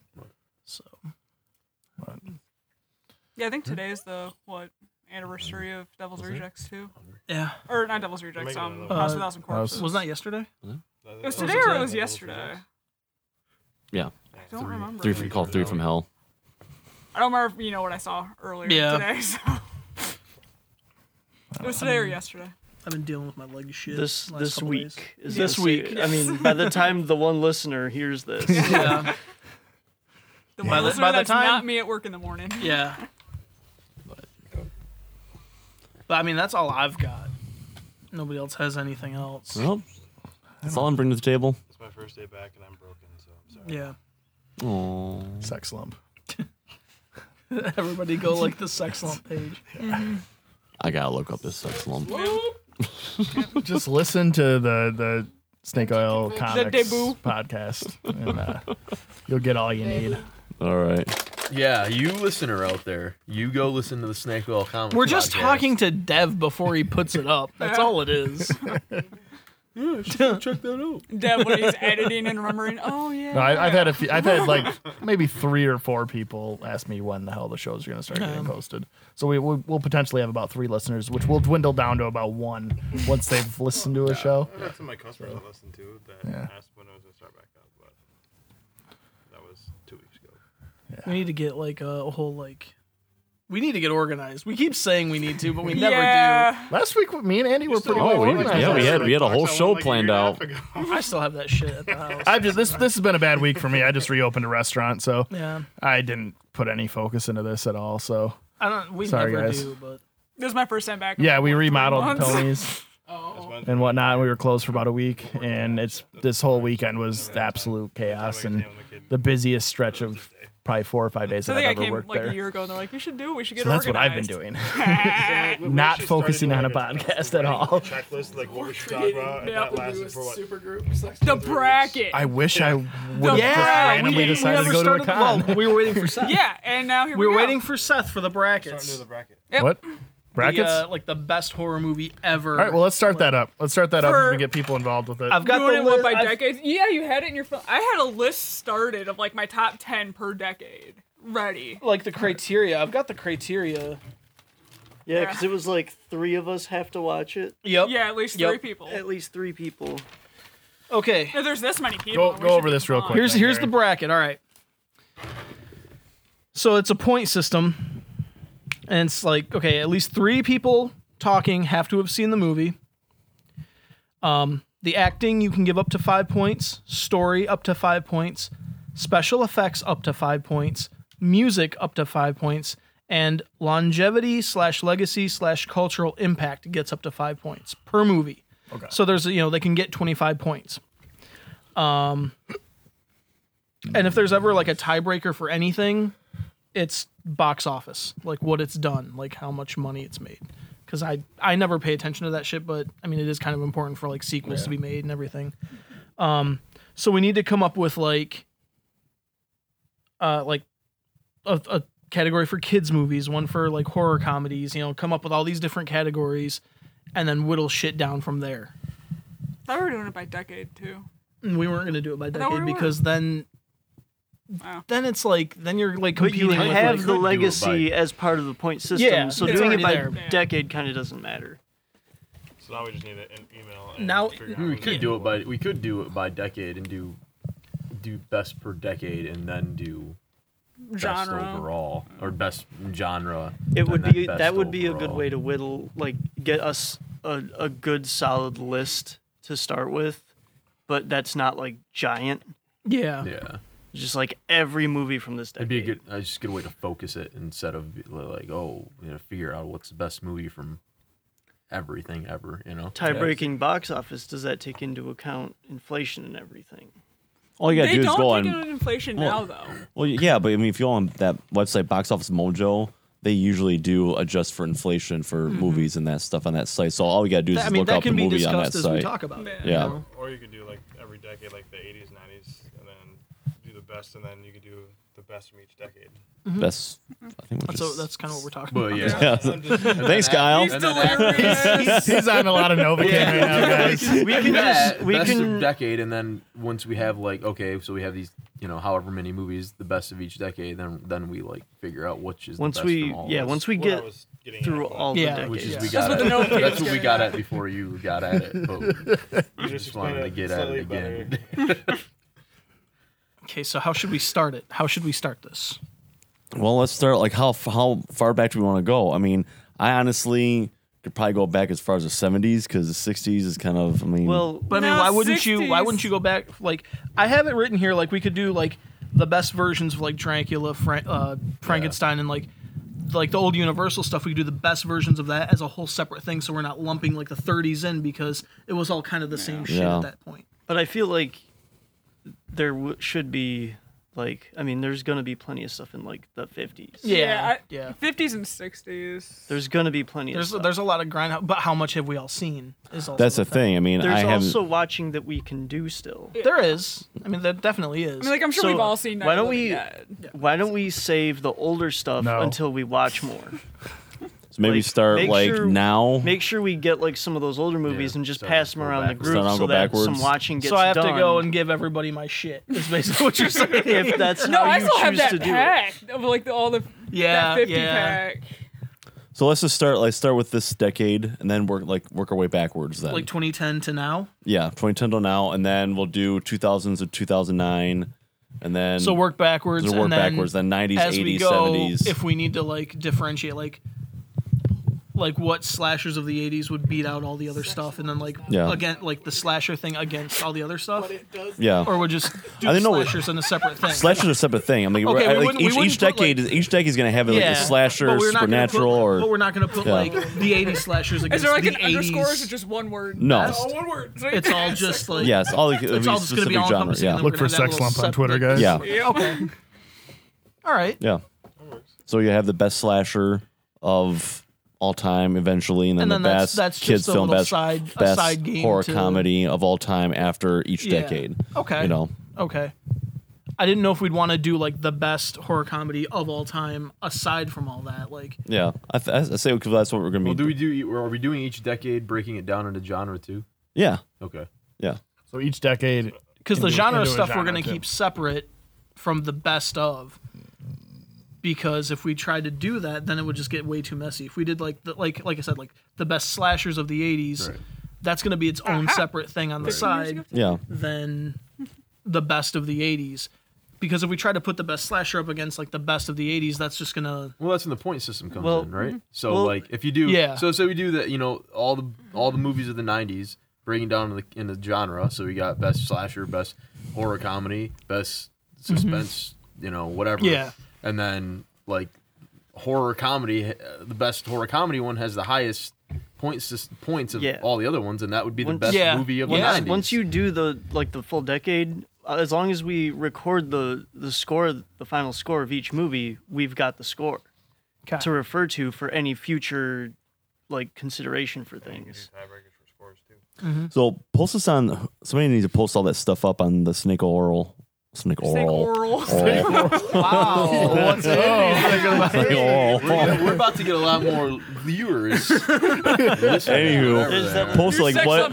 Speaker 3: So
Speaker 2: Yeah, I
Speaker 3: Hmm?
Speaker 2: think today is the what anniversary of Devil's Rejects too,
Speaker 3: yeah,
Speaker 2: or not Devil's Rejects, um, House of Thousand
Speaker 1: House-
Speaker 2: Corpses.
Speaker 3: was that yesterday?
Speaker 2: It was today or it was yesterday.
Speaker 10: Yeah.
Speaker 2: I don't remember.
Speaker 10: Three from called Three from Hell.
Speaker 2: I don't remember. You know what I saw earlier
Speaker 3: Yeah.
Speaker 2: today. So. It was today or yesterday.
Speaker 3: I've been dealing with my leg shit
Speaker 6: This
Speaker 3: last
Speaker 6: this
Speaker 3: couple
Speaker 6: week
Speaker 3: days.
Speaker 6: is
Speaker 3: This
Speaker 6: gonna
Speaker 3: week.
Speaker 6: say- I mean, by the time the one listener hears this,
Speaker 3: Yeah,
Speaker 2: The
Speaker 3: By
Speaker 2: one
Speaker 3: the-
Speaker 2: listener
Speaker 3: by the
Speaker 2: that's
Speaker 3: time-
Speaker 2: not me at work in the morning.
Speaker 3: yeah. But I mean, that's all I've got. Nobody else has anything else.
Speaker 10: Well, that's all I'm bringing to the table.
Speaker 5: It's my first day back and I'm broken, so I'm sorry.
Speaker 3: Yeah.
Speaker 10: Oh,
Speaker 1: Sex lump.
Speaker 3: Everybody go like the sex lump page.
Speaker 10: I gotta look up this sex lump.
Speaker 1: Just listen to the the Snake Oil Comics
Speaker 2: debut.
Speaker 1: podcast, and uh, you'll get all you need.
Speaker 10: All right.
Speaker 8: Yeah, you listener out there, you go listen to the Snake Oil comic.
Speaker 3: We're just
Speaker 8: podcast.
Speaker 3: talking to Dev before he puts it up. That's all it is.
Speaker 8: Check that out.
Speaker 2: Deb when he's editing and remembering. Oh yeah.
Speaker 1: No, I, I've had a few, I've had like maybe three or four people ask me when the hell the shows are going to start
Speaker 3: Oh.
Speaker 1: getting posted. So we we'll, we'll potentially have about three listeners, which will dwindle down to about one once they've listened to a show.
Speaker 5: I got some of my customers I listened to that
Speaker 1: Yeah.
Speaker 5: asked when I was going to start back up, but that was two weeks ago.
Speaker 3: We need to get like a, whole like. We need to get organized. We keep saying we need to, but we never
Speaker 2: yeah.
Speaker 1: Last week, me and Andy were pretty
Speaker 10: Oh,
Speaker 1: well
Speaker 10: we-
Speaker 1: organized.
Speaker 10: yeah, we had we had a whole
Speaker 5: I
Speaker 10: show
Speaker 5: won, like, a year and
Speaker 10: planned
Speaker 5: a half
Speaker 10: out.
Speaker 5: ago.
Speaker 3: do. I still have that shit at the house.
Speaker 1: I've just this this has been a bad week for me. I just reopened a restaurant, so
Speaker 3: yeah,
Speaker 1: I didn't put any focus into this at all. So
Speaker 3: I don't. We
Speaker 1: Sorry,
Speaker 3: never
Speaker 1: guys.
Speaker 3: do, but
Speaker 2: This is my first time back.
Speaker 1: yeah, we remodeled
Speaker 2: months.
Speaker 1: Tony's
Speaker 3: Oh.
Speaker 1: and whatnot. We were closed for about a week, and it's this whole weekend was absolute chaos and the busiest stretch of probably four or five days
Speaker 2: So I
Speaker 1: that
Speaker 2: think I
Speaker 1: I've ever
Speaker 2: came
Speaker 1: worked
Speaker 2: like
Speaker 1: there.
Speaker 2: a year ago, and they're like, "We should do. it. We should get
Speaker 1: So that's what I've been
Speaker 2: organized."
Speaker 1: doing.
Speaker 5: Eh, We- we
Speaker 1: Not
Speaker 5: should start
Speaker 1: focusing
Speaker 5: doing,
Speaker 1: on
Speaker 5: like,
Speaker 1: a podcast at
Speaker 5: like,
Speaker 1: all.
Speaker 5: Checklist like what we should talk about, and that lasted for what?
Speaker 2: The bracket.
Speaker 1: I wish I would
Speaker 2: Yeah,
Speaker 1: just
Speaker 2: we
Speaker 1: randomly
Speaker 2: didn't- we
Speaker 1: decided to go
Speaker 3: never
Speaker 1: to a
Speaker 3: started-
Speaker 1: con.
Speaker 3: Well, we were waiting for Seth.
Speaker 2: yeah, and now here we,
Speaker 3: we were
Speaker 2: go.
Speaker 3: waiting for Seth for the brackets.
Speaker 5: The bracket.
Speaker 2: Yep.
Speaker 1: What?
Speaker 3: The,
Speaker 1: Brackets?
Speaker 3: uh, like the best horror movie ever.
Speaker 1: all right, well, let's start that up. Let's start that up
Speaker 2: For-
Speaker 1: and get people involved with it.
Speaker 3: I've got
Speaker 2: Doing
Speaker 3: the
Speaker 2: it what,
Speaker 3: list.
Speaker 2: by
Speaker 3: I've-
Speaker 2: decades. Yeah, you had it in your phone. I had a list started of like my top ten per decade ready.
Speaker 3: like the criteria. I've got the criteria.
Speaker 6: yeah, because it was like three of us have to watch it.
Speaker 3: Yep.
Speaker 2: Yeah, at least
Speaker 3: Yep.
Speaker 2: three people.
Speaker 6: At least three people.
Speaker 3: Okay.
Speaker 2: If there's this many
Speaker 1: Go-
Speaker 2: people.
Speaker 1: go
Speaker 2: we should
Speaker 1: over
Speaker 2: be
Speaker 1: this real
Speaker 2: fine.
Speaker 1: quick.
Speaker 3: Here's
Speaker 1: Like
Speaker 3: here's
Speaker 1: Gary.
Speaker 3: the bracket. All right. So it's a point system, and it's like okay, at least three people talking have to have seen the movie. Um, the acting you can give up to five points, story up to five points, special effects up to five points, music up to five points, and longevity slash legacy slash cultural impact gets up to five points per movie. Okay. So there's you know they can get twenty five points. And if there's ever like a tiebreaker for anything, its box office, like what it's done, like how much money it's made. Because I I never pay attention to that shit, but I mean it is kind of important for like sequels to be made and everything. Um, so we need to come up with like, uh, like a, a category for kids movies, one for like horror comedies. You know, come up with all these different categories, and then whittle shit down from there.
Speaker 2: thought we were doing it by decade too.
Speaker 3: And we weren't gonna do it by
Speaker 2: thought
Speaker 3: decade
Speaker 2: we were.
Speaker 3: because then,
Speaker 2: Wow.
Speaker 3: then it's like then you're like
Speaker 6: But
Speaker 3: competing
Speaker 6: you
Speaker 3: with
Speaker 6: have
Speaker 3: like,
Speaker 6: the
Speaker 8: could do it
Speaker 6: legacy
Speaker 8: by-
Speaker 6: as part of the point system,
Speaker 3: Yeah,
Speaker 6: so
Speaker 3: it's
Speaker 6: doing it
Speaker 3: already
Speaker 6: by
Speaker 3: there.
Speaker 6: decade kind of doesn't matter.
Speaker 5: So now we just need an email. And
Speaker 3: Now-
Speaker 5: figure out
Speaker 8: We
Speaker 5: what
Speaker 8: could
Speaker 5: it
Speaker 8: do
Speaker 5: is.
Speaker 8: it by we could do it by decade and do do best per decade and then do best
Speaker 2: Genre.
Speaker 8: overall or best genre.
Speaker 6: It
Speaker 8: and
Speaker 6: would
Speaker 8: then
Speaker 6: be
Speaker 8: best
Speaker 6: that would be a good
Speaker 8: overall.
Speaker 6: way to whittle, like get us a, a good solid list to start with, but that's not like giant.
Speaker 3: yeah.
Speaker 8: Yeah,
Speaker 6: Just like every movie from this
Speaker 8: it'd
Speaker 6: decade.
Speaker 8: be a good. I just get a way to focus it instead of like oh you know figure out what's the best movie from everything ever you know.
Speaker 6: tie-breaking box office. Does that take into account inflation and everything?
Speaker 10: All you gotta
Speaker 2: they
Speaker 10: do is
Speaker 2: don't
Speaker 10: go
Speaker 2: take
Speaker 10: on.
Speaker 2: it on inflation now
Speaker 10: Well-
Speaker 2: though.
Speaker 10: Well, yeah, but I mean, if you go on that website, Box Office Mojo, they usually do adjust for inflation for movies and that stuff on that site. So all we gotta do is
Speaker 3: That- I
Speaker 10: just
Speaker 3: mean
Speaker 10: look
Speaker 3: that
Speaker 10: up the
Speaker 3: can be
Speaker 10: movie on that
Speaker 3: discussed as we
Speaker 10: site.
Speaker 3: talk about it.
Speaker 2: Yeah.
Speaker 10: Yeah.
Speaker 5: Or you could do like every decade, like the 80s, 90s, and then do the best, and then you could do the best from each decade.
Speaker 10: That's I think we're
Speaker 3: That's so
Speaker 10: just,
Speaker 3: that's kind of what we're talking
Speaker 8: Well,
Speaker 3: about.
Speaker 8: yeah.
Speaker 5: I'm just-
Speaker 10: Thanks, Kyle.
Speaker 2: He's delirious.
Speaker 1: He's on a lot of Novocaine right now, guys.
Speaker 6: We can just we
Speaker 8: best
Speaker 6: can
Speaker 8: of decade, and then once we have like okay, so we have these you know however many movies, the best of each decade, then then we like figure out which is
Speaker 6: once
Speaker 8: the best
Speaker 6: we
Speaker 8: from all
Speaker 6: yeah
Speaker 8: of us,
Speaker 6: once we
Speaker 5: what I
Speaker 6: get
Speaker 5: was getting at,
Speaker 6: through
Speaker 5: but
Speaker 6: all
Speaker 3: Yeah.
Speaker 6: the decades.
Speaker 8: which is we
Speaker 6: yeah.
Speaker 8: got
Speaker 2: what the
Speaker 8: at,
Speaker 2: note
Speaker 8: that's
Speaker 2: is
Speaker 8: what we
Speaker 2: getting
Speaker 8: got
Speaker 2: at.
Speaker 8: at before you got at it. But
Speaker 5: You
Speaker 8: just wanted
Speaker 5: explained
Speaker 8: to get at it
Speaker 5: slightly
Speaker 8: again.
Speaker 5: better.
Speaker 3: Okay, so how should we start it? How should we start this?
Speaker 10: Well, let's start. Like, how how far back do we want to go? I mean, I honestly could probably go back as far as the '70s because the '60s is kind of. I mean,
Speaker 6: Well,
Speaker 3: But I mean,
Speaker 2: No,
Speaker 3: why wouldn't you? Why
Speaker 2: 60s.
Speaker 3: wouldn't you go back? Like, I have it written here. Like, we could do like the best versions of like Dracula, Fra- uh, Frankenstein, and like like the old Universal stuff. We could do the best versions of that as a whole separate thing, so we're not lumping like the 30s in because it was all kind of the same shit
Speaker 10: Yeah.
Speaker 3: at that point.
Speaker 6: but I feel like there w- should be like I mean there's gonna be plenty of stuff in like the 50s.
Speaker 2: Yeah, I-
Speaker 3: yeah.
Speaker 2: 50s and 60s.
Speaker 6: There's gonna be plenty
Speaker 3: There's
Speaker 2: uh,
Speaker 6: of stuff.
Speaker 3: there's a lot of grind, but how much have we all seen? Is also
Speaker 10: that's
Speaker 3: the
Speaker 10: the thing. I mean,
Speaker 6: There's
Speaker 10: I haven't.
Speaker 6: also watching that we can do still.
Speaker 3: There is. I mean, there definitely is.
Speaker 2: I mean, like I'm sure
Speaker 6: So,
Speaker 2: we've all seen. Night
Speaker 6: why
Speaker 2: of
Speaker 6: don't
Speaker 2: the
Speaker 6: we-
Speaker 2: Dead.
Speaker 6: Why don't we save the older stuff
Speaker 1: No.
Speaker 6: until we watch more?
Speaker 10: so maybe
Speaker 6: like,
Speaker 10: start
Speaker 6: make
Speaker 10: like
Speaker 6: sure-
Speaker 10: now.
Speaker 6: make sure we get like some of those older movies
Speaker 8: Yeah,
Speaker 6: and just
Speaker 8: so
Speaker 6: pass them
Speaker 8: go
Speaker 6: around
Speaker 8: backwards.
Speaker 6: the
Speaker 10: So
Speaker 6: group
Speaker 10: now
Speaker 6: so
Speaker 10: go
Speaker 6: that some
Speaker 10: backwards.
Speaker 6: watching gets
Speaker 3: so I have
Speaker 6: done.
Speaker 3: to go and give everybody my shit. Is basically what you're saying.
Speaker 6: if that's
Speaker 2: No,
Speaker 6: how
Speaker 2: I
Speaker 6: you
Speaker 2: still have
Speaker 6: choose to
Speaker 2: that
Speaker 6: do it.
Speaker 2: pack of like the, all the
Speaker 3: Yeah,
Speaker 2: that 50
Speaker 3: yeah.
Speaker 2: pack.
Speaker 10: so let's just start. Like, start with this decade, and then work like work our way backwards. Then,
Speaker 3: like 2010 to now.
Speaker 10: yeah, 2010 till now, and then we'll do 2000s to 2009, and then
Speaker 3: So work backwards.
Speaker 10: so work
Speaker 3: and then
Speaker 10: backwards. Then 90s,
Speaker 3: as
Speaker 10: 80s,
Speaker 3: we go,
Speaker 10: 70s.
Speaker 3: if we need to like differentiate, like like what slashers of the 80s would beat out all the other stuff, and then like
Speaker 10: Yeah.
Speaker 3: again like the slasher thing against all the other stuff,
Speaker 10: yeah,
Speaker 3: or would just do
Speaker 10: Oh. I didn't know what-
Speaker 3: slashers in a separate thing.
Speaker 10: slashers are a separate thing. I mean,
Speaker 3: Okay,
Speaker 10: we're- I-
Speaker 3: we
Speaker 10: like
Speaker 3: wouldn't- we
Speaker 10: each
Speaker 3: wouldn't
Speaker 10: each
Speaker 3: put, like-
Speaker 10: decade is each decade is gonna have like
Speaker 3: yeah,
Speaker 10: a slasher,
Speaker 3: but we're not gonna
Speaker 10: supernatural,
Speaker 3: put,
Speaker 10: or
Speaker 3: But we're not going to put
Speaker 10: Yeah.
Speaker 3: like the 80s slashers against
Speaker 2: Is there like
Speaker 3: the
Speaker 2: an
Speaker 3: 80s.
Speaker 2: underscore? Or is it just one word?
Speaker 10: No.
Speaker 2: It's all one word.
Speaker 3: it's all just like
Speaker 10: yes, all the
Speaker 3: it's all just going to
Speaker 10: specific
Speaker 3: be all
Speaker 10: genre.
Speaker 3: encompassing, and
Speaker 10: Yeah,
Speaker 3: then
Speaker 1: Look
Speaker 3: we're
Speaker 1: for
Speaker 3: gonna have
Speaker 1: sex
Speaker 3: a little
Speaker 1: lump on
Speaker 3: sep-
Speaker 1: Twitter, guys.
Speaker 10: yeah.
Speaker 2: Okay.
Speaker 3: All right.
Speaker 10: Yeah. So you have the best slasher of all time eventually, and then,
Speaker 3: And then
Speaker 10: the
Speaker 3: that's-
Speaker 10: best
Speaker 3: that's just
Speaker 10: kids
Speaker 3: a
Speaker 10: film,
Speaker 3: little
Speaker 10: best,
Speaker 3: side- a
Speaker 10: best
Speaker 3: side game
Speaker 10: horror
Speaker 3: to-
Speaker 10: comedy of all time after each
Speaker 3: Yeah.
Speaker 10: decade.
Speaker 3: Okay.
Speaker 10: You know,
Speaker 3: Okay. I didn't know if we'd want to do like the best horror comedy of all time aside from all that. Like,
Speaker 10: yeah. I, th- I say because that's what we're gonna be.
Speaker 8: Well, do we do? Are we doing each decade, breaking it down into genre too?
Speaker 10: yeah,
Speaker 8: Okay.
Speaker 10: yeah,
Speaker 1: So each decade,
Speaker 3: because the
Speaker 1: Into-
Speaker 3: genre
Speaker 1: into a
Speaker 3: stuff we're
Speaker 1: genre,
Speaker 3: going to
Speaker 1: too.
Speaker 3: keep separate from the best of. Because if we tried to do that, then it would just get way too messy. If we did like the, like like I said, like the best slashers of the '80s,
Speaker 8: Right.
Speaker 3: that's going to be its own separate thing on the side.
Speaker 10: yeah.
Speaker 8: Mm-hmm.
Speaker 3: than the best of the 80s because if we try to put the best slasher up against like the best of the 80s that's just gonna
Speaker 8: Well, that's when the point system comes
Speaker 6: Well, mm-hmm.
Speaker 8: in, right? So
Speaker 6: well,
Speaker 8: like if you do,
Speaker 3: yeah.
Speaker 8: So say we do that, you know, all the all the movies of the '90s, breaking down in the, in the genre. So we got best slasher, best horror comedy, best
Speaker 6: Mm-hmm.
Speaker 8: suspense, you know, whatever.
Speaker 3: Yeah.
Speaker 8: And then like horror comedy, uh, the best horror comedy one has the highest points sys- points of
Speaker 6: Yeah.
Speaker 8: all the other ones, and that would be the
Speaker 6: Once-
Speaker 8: best
Speaker 3: Yeah.
Speaker 8: movie of
Speaker 3: Yeah.
Speaker 8: the
Speaker 6: Once,
Speaker 8: '90s.
Speaker 6: once you do the like the full decade, uh, as long as we record the the score, the final score of each movie, we've got the score to refer to for any future like consideration for things.
Speaker 10: So post us on. Somebody needs to post all that stuff up on the snake oral. Snake oral. Oral.
Speaker 8: Wow.
Speaker 10: What's Snake oral.
Speaker 8: We're, we're about to get a lot more viewers.
Speaker 10: Anywho, post like what,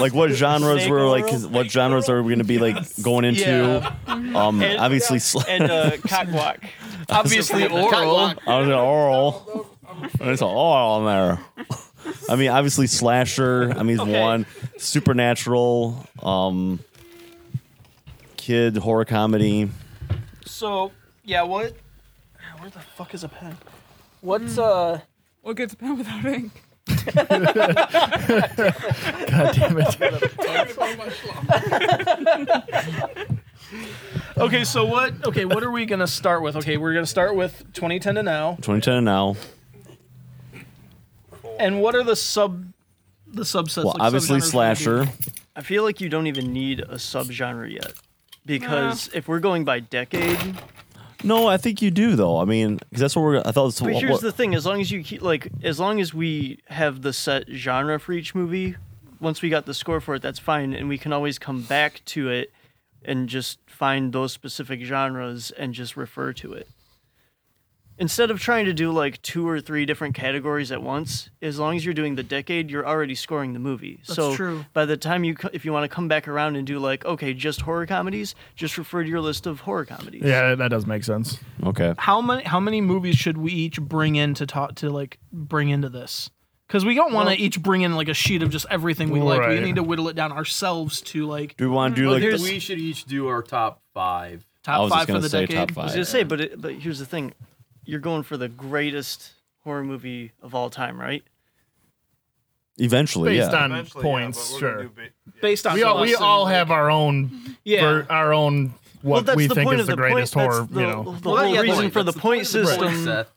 Speaker 10: like what genres
Speaker 6: Snake
Speaker 10: were like,
Speaker 6: oral.
Speaker 10: what genres are we gonna be like going into? Um,
Speaker 6: And-
Speaker 10: obviously, sl-
Speaker 6: and uh, cockwalk.
Speaker 3: Obviously oral.
Speaker 10: I was an oral. There's an oral in there. I mean, obviously slasher. I mean,
Speaker 6: Okay.
Speaker 10: one supernatural, um, kid horror comedy.
Speaker 6: So yeah, what? Where the fuck is a pen? What's uh?
Speaker 2: What gets a pen without ink?
Speaker 1: God damn it.
Speaker 3: Okay, so what? Okay, what are we gonna start with? Okay, we're gonna start with 2010 to now,
Speaker 10: 2010 and now.
Speaker 3: and what are the sub, the subsets?
Speaker 10: Well,
Speaker 3: like,
Speaker 10: obviously
Speaker 3: subgenres gonna be?
Speaker 10: slasher.
Speaker 6: I feel like you don't even need a subgenre yet, because if we're going by decade,
Speaker 10: No, I think you do though. I mean, because that's what we're. I thought. That's
Speaker 6: but
Speaker 10: what,
Speaker 6: here's
Speaker 10: what-
Speaker 6: the thing: as long as you keep like, as long as we have the set genre for each movie, once we got the score for it, that's fine, and we can always come back to it and just find those specific genres and just refer to it. Instead of trying to do like two or three different categories at once, as long as you're doing the decade, you're already scoring the movie.
Speaker 3: That's
Speaker 6: so
Speaker 3: true.
Speaker 6: by the time you, co- if you want to come back around and do like, okay, just horror comedies, just refer to your list of horror comedies.
Speaker 1: Yeah, that- that does make sense.
Speaker 10: okay.
Speaker 3: How many? How many movies should we each bring in to talk to like bring into this? Because we don't want to each bring in like a sheet of just everything we like. We
Speaker 1: Right.
Speaker 3: need to whittle it down ourselves to like
Speaker 10: Do we want to do like?
Speaker 3: there's-
Speaker 10: the-
Speaker 8: we should each do our top five.
Speaker 10: I
Speaker 3: top
Speaker 10: was just
Speaker 3: five
Speaker 10: gonna
Speaker 3: for the
Speaker 10: say
Speaker 3: decade.
Speaker 10: top
Speaker 6: I was
Speaker 10: five.
Speaker 6: gonna say, but it, but here's the thing, you're going for the greatest horror movie of all time, right?
Speaker 10: Eventually,
Speaker 1: Based
Speaker 10: yeah.
Speaker 1: on points, sure.
Speaker 3: Based on
Speaker 1: We all,
Speaker 3: us
Speaker 1: we
Speaker 3: and-
Speaker 1: all have our own,
Speaker 3: Yeah.
Speaker 1: ver-
Speaker 6: uh,
Speaker 1: our own what we think is the greatest horror.
Speaker 6: The,
Speaker 1: you know,
Speaker 6: the
Speaker 3: Well,
Speaker 6: whole
Speaker 3: yeah,
Speaker 6: reason
Speaker 3: point.
Speaker 6: for the
Speaker 8: That's
Speaker 6: point
Speaker 8: of the
Speaker 6: system.
Speaker 8: Seth.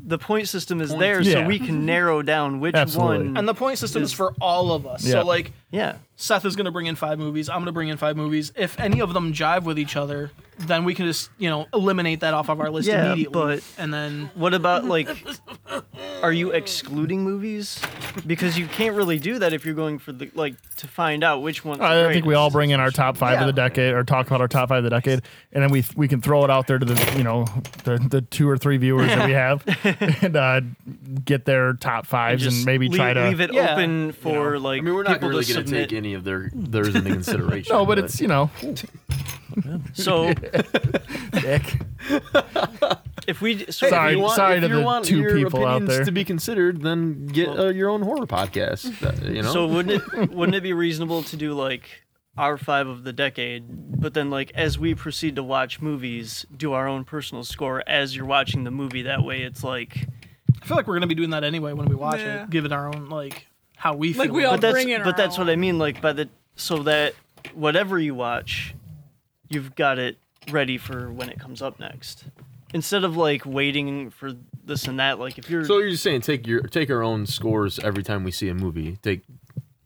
Speaker 6: the point system is there,
Speaker 1: Yeah.
Speaker 6: so we can narrow down which
Speaker 1: Absolutely.
Speaker 6: one.
Speaker 3: and the point system is for all of us.
Speaker 1: Yeah.
Speaker 3: So like
Speaker 6: yeah,
Speaker 3: Seth is going to bring in five movies. I'm going to bring in five movies. If any of them jive with each other, then we can just, you know, eliminate that off of our list
Speaker 6: Yeah,
Speaker 3: immediately.
Speaker 6: but-
Speaker 3: and then
Speaker 6: what about like? Are you excluding movies? Because you can't really do that if you're going for the like to find out which one.
Speaker 1: I think we all bring in our top five of
Speaker 3: Yeah.
Speaker 1: the decade, or talk about our top five of the decade, and then we we can throw it out there to the you know the, the two or three viewers that we have, and uh, get their top fives and,
Speaker 6: Just
Speaker 1: maybe
Speaker 6: leave,
Speaker 1: try to
Speaker 6: leave it
Speaker 3: Yeah.
Speaker 6: open for like
Speaker 8: I mean, we're not
Speaker 6: people
Speaker 8: really
Speaker 6: to
Speaker 8: going to
Speaker 6: submit.
Speaker 8: take any of their theirs into consideration.
Speaker 1: No, but it's you know,
Speaker 6: So
Speaker 1: dick.
Speaker 6: if we so
Speaker 1: Sorry,
Speaker 8: If you want-
Speaker 1: sorry
Speaker 8: if
Speaker 1: to
Speaker 8: you
Speaker 1: the
Speaker 8: want
Speaker 1: two
Speaker 8: your
Speaker 1: people out
Speaker 8: opinions
Speaker 1: there.
Speaker 8: to be considered. Then get uh, your own horror podcast. uh, you know,
Speaker 6: So wouldn't it wouldn't it be reasonable to do like our five of the decade, but then like as we proceed to watch movies, do our own personal score as you're watching the movie. That way, it's like
Speaker 3: I feel like we're going to be doing that anyway when we watch
Speaker 2: Yeah.
Speaker 3: it, give it our own, like, how we feel.
Speaker 2: Like, we
Speaker 3: about
Speaker 2: all
Speaker 3: it.
Speaker 6: but that's
Speaker 2: Bring in
Speaker 6: but
Speaker 2: our
Speaker 6: that's what
Speaker 2: own.
Speaker 6: I mean. Like by the so that whatever you watch, you've got it ready for when it comes up next. Instead of like waiting for this and that, like if you're
Speaker 8: So you're just saying take your take our own scores every time we see a movie. Take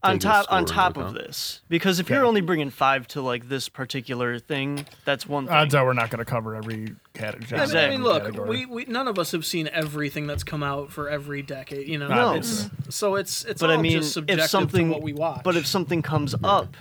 Speaker 6: on
Speaker 8: take a
Speaker 6: top
Speaker 8: score
Speaker 6: on
Speaker 8: into
Speaker 6: top of
Speaker 8: account.
Speaker 6: this, because if you're only bringing five to like this particular thing, that's one thing.
Speaker 1: Odds are we're not going to cover every category.
Speaker 3: I mean, I mean, look,
Speaker 1: Category.
Speaker 3: we, we none of us have seen everything that's come out for every decade, you know.
Speaker 1: No.
Speaker 3: It's, so it's it's
Speaker 6: but
Speaker 3: all
Speaker 6: I mean,
Speaker 3: Oh, just subjective
Speaker 6: if something,
Speaker 3: to what we watch.
Speaker 6: but if something comes up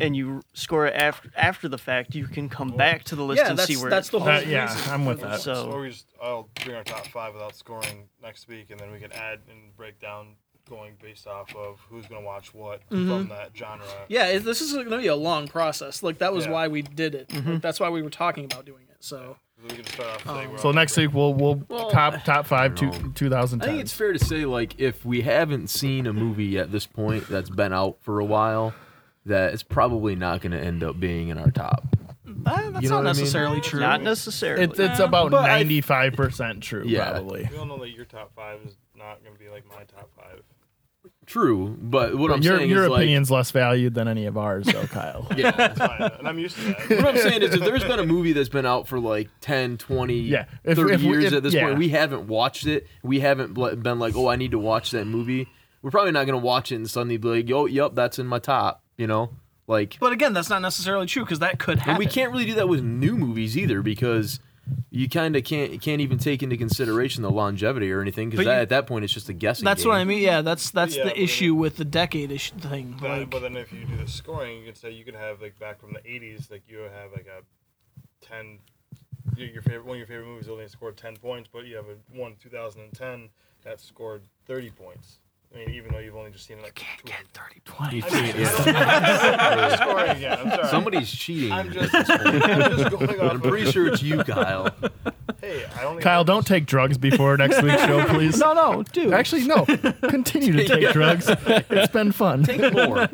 Speaker 6: and you score it after after the fact, you can come back to the list
Speaker 3: yeah,
Speaker 6: and
Speaker 3: that's
Speaker 6: see where.
Speaker 3: that's the whole
Speaker 1: Uh, yeah, I'm with that.
Speaker 6: so
Speaker 5: Or we just, I'll bring our top five without scoring next week, and then we can add and break down going based off of who's gonna watch what from that genre.
Speaker 3: Yeah, it, this is going to be a long process. Like that was
Speaker 5: Yeah.
Speaker 3: why we did it.
Speaker 6: Mm-hmm.
Speaker 3: Like, that's why we were talking about doing it. So
Speaker 5: We can start off saying we're
Speaker 1: so
Speaker 5: on
Speaker 1: next week we'll we'll top top five two,
Speaker 8: I think
Speaker 1: 2010.
Speaker 8: it's fair to say like if we haven't seen a movie at this point that's been out for a while, that it's probably not going to end up being in our top.
Speaker 6: uh,
Speaker 3: Ah, that's
Speaker 8: You
Speaker 3: not
Speaker 8: know what I mean?
Speaker 3: necessarily true.
Speaker 6: not necessarily.
Speaker 1: It's, it's about
Speaker 8: But I-
Speaker 1: 95% true,
Speaker 8: Yeah.
Speaker 1: probably.
Speaker 5: We all know that your top five is not gonna be like my top five.
Speaker 8: True, but what I'm
Speaker 1: your
Speaker 8: saying
Speaker 1: your
Speaker 8: is like
Speaker 1: opinion's less valued than any of ours, though, Kyle.
Speaker 5: That's fine, and I'm used to that.
Speaker 8: what I'm saying is if there's been a movie that's been out for like 10, 20,
Speaker 1: Yeah, if-
Speaker 8: 30
Speaker 1: if we-
Speaker 8: years
Speaker 1: if-
Speaker 8: at this
Speaker 1: yeah.
Speaker 8: point, we haven't watched it. We haven't bl- been like, oh, I need to watch that movie. We're probably not going to watch it and suddenly be like, yo, yep, that's in my top, you know? Like,
Speaker 3: But again, that's not necessarily true because that could happen.
Speaker 8: and we can't really do that with new movies either because you kind of can't can't even take into consideration the longevity or anything
Speaker 3: But
Speaker 8: because
Speaker 3: you-
Speaker 8: at that point it's just a guessing.
Speaker 3: That's
Speaker 8: game.
Speaker 3: what I mean. Yeah, that's that's
Speaker 5: Yeah, but
Speaker 3: the
Speaker 5: I
Speaker 3: issue with the decade ish thing.
Speaker 5: But,
Speaker 3: like,
Speaker 5: but then if you do the scoring, you can say you can have like back from the '80s, like you have like a ten. Your, your favorite one of your favorite movies only scored ten points, but you have a one 2010 that scored thirty points. I mean, even though you've only just seen it like can't get
Speaker 3: thirty
Speaker 8: You
Speaker 3: points.
Speaker 8: think- yeah.
Speaker 5: I'm sorry again. I'm sorry.
Speaker 8: Somebody's cheating.
Speaker 5: I'm
Speaker 8: here at
Speaker 5: just,
Speaker 8: this point.
Speaker 5: I'm just going off.
Speaker 8: I'm pretty
Speaker 5: of-
Speaker 8: sure it's you, Kyle.
Speaker 5: Hey, I only
Speaker 1: Kyle, don't take drugs before next week's show, please.
Speaker 3: no, no, dude.
Speaker 1: Actually, no. Continue to take drugs. It's been fun.
Speaker 8: More.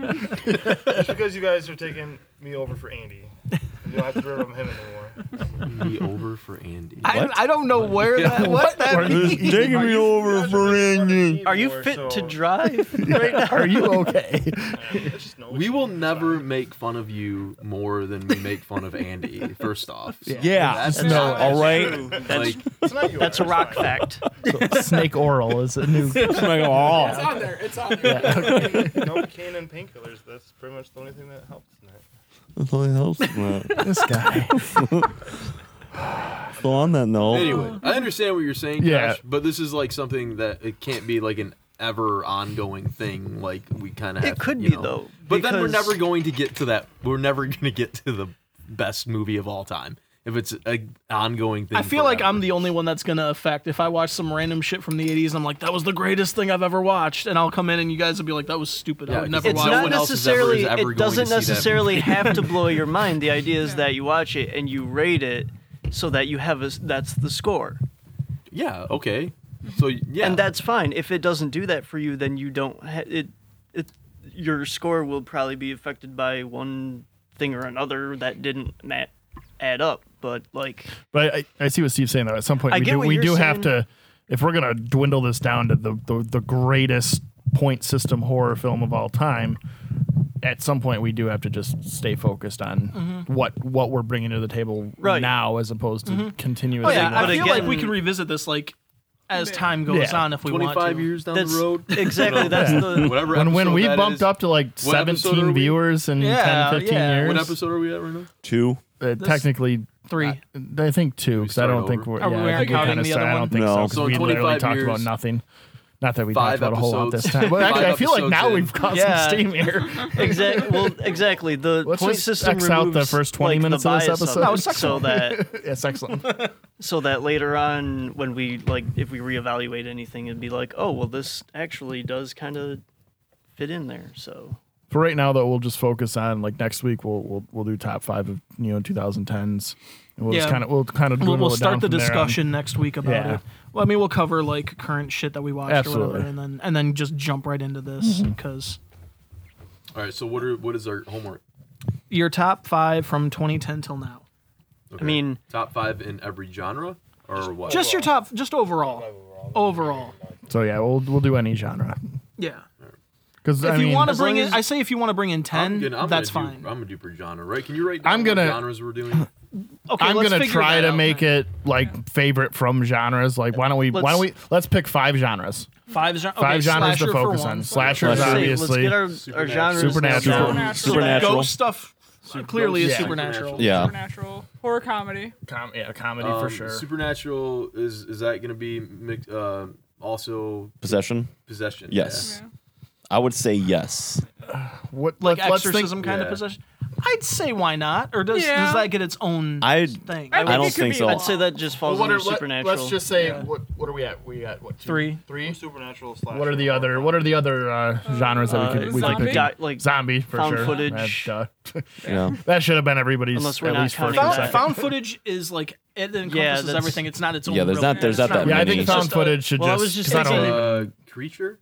Speaker 5: It's because you guys are taking me over for Andy. You don't have to remember him anymore.
Speaker 8: Me over for Andy.
Speaker 3: I, I don't know where that what that means.
Speaker 9: Taking me over for Andy.
Speaker 6: Are you fit to drive?
Speaker 1: Are you okay?
Speaker 8: we will never make fun of you more than we make fun of Andy. First off, So
Speaker 10: Yeah.
Speaker 8: That's
Speaker 10: no.
Speaker 8: not
Speaker 10: All right.
Speaker 8: like
Speaker 6: That's a rock fact.
Speaker 1: Snake oral is a new.
Speaker 10: It's
Speaker 4: It's on there. It's on there.
Speaker 5: No cane and painkillers. That's pretty much the only thing that helps tonight.
Speaker 1: This guy.
Speaker 10: So on that note,
Speaker 8: anyway, I understand what you're saying,
Speaker 1: Yeah.
Speaker 8: Josh, but this is like something that it can't be like an ever ongoing thing. Like we kind of
Speaker 6: It could
Speaker 8: you
Speaker 6: be,
Speaker 8: know.
Speaker 6: though,
Speaker 8: But then we're
Speaker 6: because-
Speaker 8: never going to get to that. We're never going to get to the best movie of all time if it's an ongoing thing.
Speaker 3: I feel like
Speaker 8: forever.
Speaker 3: I'm the only one that's gonna affect. If I watch some random shit from the '80s, and I'm like, "That was the greatest thing I've ever watched," and I'll come in and you guys will be like, "That was stupid. I
Speaker 8: Yeah,
Speaker 3: would
Speaker 8: 'cause
Speaker 3: never
Speaker 8: it's
Speaker 6: It's
Speaker 8: Well,
Speaker 3: watch."
Speaker 8: no
Speaker 6: not
Speaker 8: one else is ever- is
Speaker 6: necessarily.
Speaker 8: ever
Speaker 6: it
Speaker 8: going to
Speaker 6: doesn't
Speaker 8: see that movie.
Speaker 6: necessarily have to blow your mind. The idea is that you watch it and you rate it so that you have a. s- That's the score,
Speaker 8: yeah. Okay. So yeah,
Speaker 6: and that's fine. If it doesn't do that for you, then you don't. Ha- it, it, your score will probably be affected by one thing or another that didn't ma- add up. But like,
Speaker 1: But I, I see what Steve's saying though. At some point,
Speaker 6: I
Speaker 1: we
Speaker 6: get
Speaker 1: do
Speaker 6: what
Speaker 1: we
Speaker 6: you're
Speaker 1: do have
Speaker 6: saying.
Speaker 1: to, if we're gonna dwindle this down to the, the the greatest point system horror film of all time, at some point we do have to just stay focused on
Speaker 3: Mm-hmm.
Speaker 1: what what we're bringing to the table
Speaker 6: Right.
Speaker 1: now, as opposed to continuing.
Speaker 3: Oh yeah,
Speaker 6: But
Speaker 3: I feel like
Speaker 6: again-
Speaker 3: we can revisit this like as time goes
Speaker 1: Yeah.
Speaker 3: on if we want to.
Speaker 8: 25 years down
Speaker 6: that's
Speaker 8: the road.
Speaker 6: exactly that's the.
Speaker 8: Whatever.
Speaker 1: when when
Speaker 8: episode
Speaker 1: we
Speaker 8: that
Speaker 1: bumped
Speaker 8: is-
Speaker 1: up to like
Speaker 8: What episode are
Speaker 1: 17
Speaker 8: we?
Speaker 1: viewers in
Speaker 3: Yeah,
Speaker 1: 10 15
Speaker 3: yeah.
Speaker 1: years
Speaker 8: What episode are we at right now?
Speaker 10: two.
Speaker 1: uh, technically
Speaker 3: Three.
Speaker 1: I think two because I
Speaker 8: start
Speaker 1: don't
Speaker 8: over?
Speaker 1: think we're.
Speaker 3: Are we
Speaker 1: Yeah, I think
Speaker 3: counting
Speaker 1: kinda
Speaker 3: the
Speaker 1: sta-
Speaker 3: other
Speaker 1: I
Speaker 3: one?
Speaker 1: don't think
Speaker 10: No.
Speaker 1: so because
Speaker 8: So in
Speaker 1: we literally
Speaker 8: 25
Speaker 1: talked about
Speaker 8: years-
Speaker 1: nothing. Not that we
Speaker 8: Five
Speaker 1: talked about a whole lot this
Speaker 8: episodes-
Speaker 1: time. Well, actually,
Speaker 8: five
Speaker 1: I feel like
Speaker 8: episodes
Speaker 1: now
Speaker 8: in.
Speaker 1: we've caught
Speaker 6: Yeah.
Speaker 1: some steam here.
Speaker 6: Exactly. Well, exactly. The
Speaker 1: Let's
Speaker 6: point
Speaker 1: just
Speaker 6: system
Speaker 1: X out the
Speaker 6: removes,
Speaker 1: first 20
Speaker 6: like, the
Speaker 1: minutes of this
Speaker 6: bias
Speaker 1: episode.
Speaker 6: it
Speaker 1: No, it's
Speaker 6: so that
Speaker 1: That's excellent.
Speaker 6: so that later on when we like if we reevaluate anything it'd be like oh well this actually does kind of fit in there so
Speaker 1: For right now, though, we'll just focus on like next week. We'll we'll, we'll do top five of you know 2010s. And we'll just
Speaker 3: Yeah.
Speaker 1: kind of we'll kind of
Speaker 3: We'll, we'll start the discussion next week about
Speaker 1: Yeah.
Speaker 3: it. Well, I mean, we'll cover like current shit that we watched or
Speaker 1: Absolutely. Mm-hmm.
Speaker 3: whatever, and then and then just jump right into this because
Speaker 8: All right. So what are what is our homework?
Speaker 3: your top five from 2010 till now.
Speaker 8: Okay.
Speaker 6: i mean
Speaker 8: top five in every genre or what?
Speaker 3: Just your top, just overall, overall.
Speaker 1: So yeah, we'll we'll do any genre
Speaker 3: Yeah.
Speaker 1: because
Speaker 3: If
Speaker 1: I
Speaker 3: you
Speaker 1: mean,
Speaker 3: want to
Speaker 1: as
Speaker 3: bring
Speaker 1: long
Speaker 3: in,
Speaker 1: as-
Speaker 3: I say if you want to bring in 10
Speaker 8: I'm gonna- I'm
Speaker 3: that's
Speaker 8: gonna do-
Speaker 3: fine.
Speaker 8: I'm gonna do per genre, right? Can you write
Speaker 1: I'm
Speaker 8: down what
Speaker 1: gonna-
Speaker 8: genres we're doing?
Speaker 3: okay,
Speaker 1: I'm
Speaker 3: let's
Speaker 1: gonna
Speaker 3: figure
Speaker 1: try
Speaker 3: that
Speaker 1: to
Speaker 3: out
Speaker 1: make
Speaker 3: then.
Speaker 1: it like favorite from genres. Like why don't we why don't we
Speaker 6: Let's-
Speaker 1: let's pick five genres.
Speaker 3: five, gen- okay,
Speaker 1: Five genres to
Speaker 3: slasher for
Speaker 1: focus
Speaker 3: one.
Speaker 1: on. Slashers,
Speaker 6: let's,
Speaker 10: Slasher.
Speaker 6: say, let's
Speaker 1: obviously.
Speaker 6: get our, our genres nailed
Speaker 1: Supernatural.
Speaker 6: down.
Speaker 2: Supernatural.
Speaker 10: Supernatural.
Speaker 3: Ghost stuff clearly is
Speaker 1: yeah.
Speaker 3: supernatural.
Speaker 10: Yeah.
Speaker 2: Supernatural. Horror comedy.
Speaker 1: Com- yeah, comedy
Speaker 8: Um, Supernatural is is that gonna be mix, uh, also
Speaker 10: Possession.
Speaker 8: possession?
Speaker 10: Yes. I would say yes.
Speaker 1: what
Speaker 3: Like
Speaker 1: let, let's
Speaker 3: exorcism
Speaker 1: Think,
Speaker 3: kind of
Speaker 8: yeah.
Speaker 3: possession. I'd say why not? Or does does
Speaker 2: Yeah.
Speaker 3: that get its own
Speaker 10: I
Speaker 3: thing?
Speaker 2: I
Speaker 10: I
Speaker 2: think
Speaker 10: don't
Speaker 2: it could
Speaker 10: think
Speaker 2: be
Speaker 10: so.
Speaker 2: a
Speaker 6: i'd say that just falls
Speaker 1: what
Speaker 6: under
Speaker 1: are, let,
Speaker 6: supernatural
Speaker 1: let's just say what what are we at? We at what two,
Speaker 3: Three.
Speaker 1: three?
Speaker 5: Supernatural slash.
Speaker 1: What are the other what are the other uh, genres that we
Speaker 6: Uh,
Speaker 1: could we could
Speaker 2: zombie?
Speaker 1: pick?
Speaker 6: Di- like,
Speaker 1: zombie for
Speaker 6: found
Speaker 1: sure.
Speaker 6: footage.
Speaker 1: That, uh,
Speaker 10: Yeah.
Speaker 1: that should have been everybody's
Speaker 6: Unless we're
Speaker 1: at
Speaker 6: not
Speaker 1: least first
Speaker 6: counting
Speaker 1: or
Speaker 6: that.
Speaker 3: found,
Speaker 1: second.
Speaker 3: found footage is like it encompasses
Speaker 6: that's-
Speaker 3: everything. It's not its own.
Speaker 10: Yeah. There's
Speaker 3: real
Speaker 10: not.
Speaker 3: thing.
Speaker 10: There's not
Speaker 3: It's
Speaker 10: that
Speaker 1: yeah, I
Speaker 10: many.
Speaker 1: think found
Speaker 3: just a-
Speaker 1: footage should
Speaker 6: Well, I
Speaker 1: just
Speaker 6: was just
Speaker 1: 'cause I don't
Speaker 6: thinking-
Speaker 1: even-
Speaker 8: Uh, creature.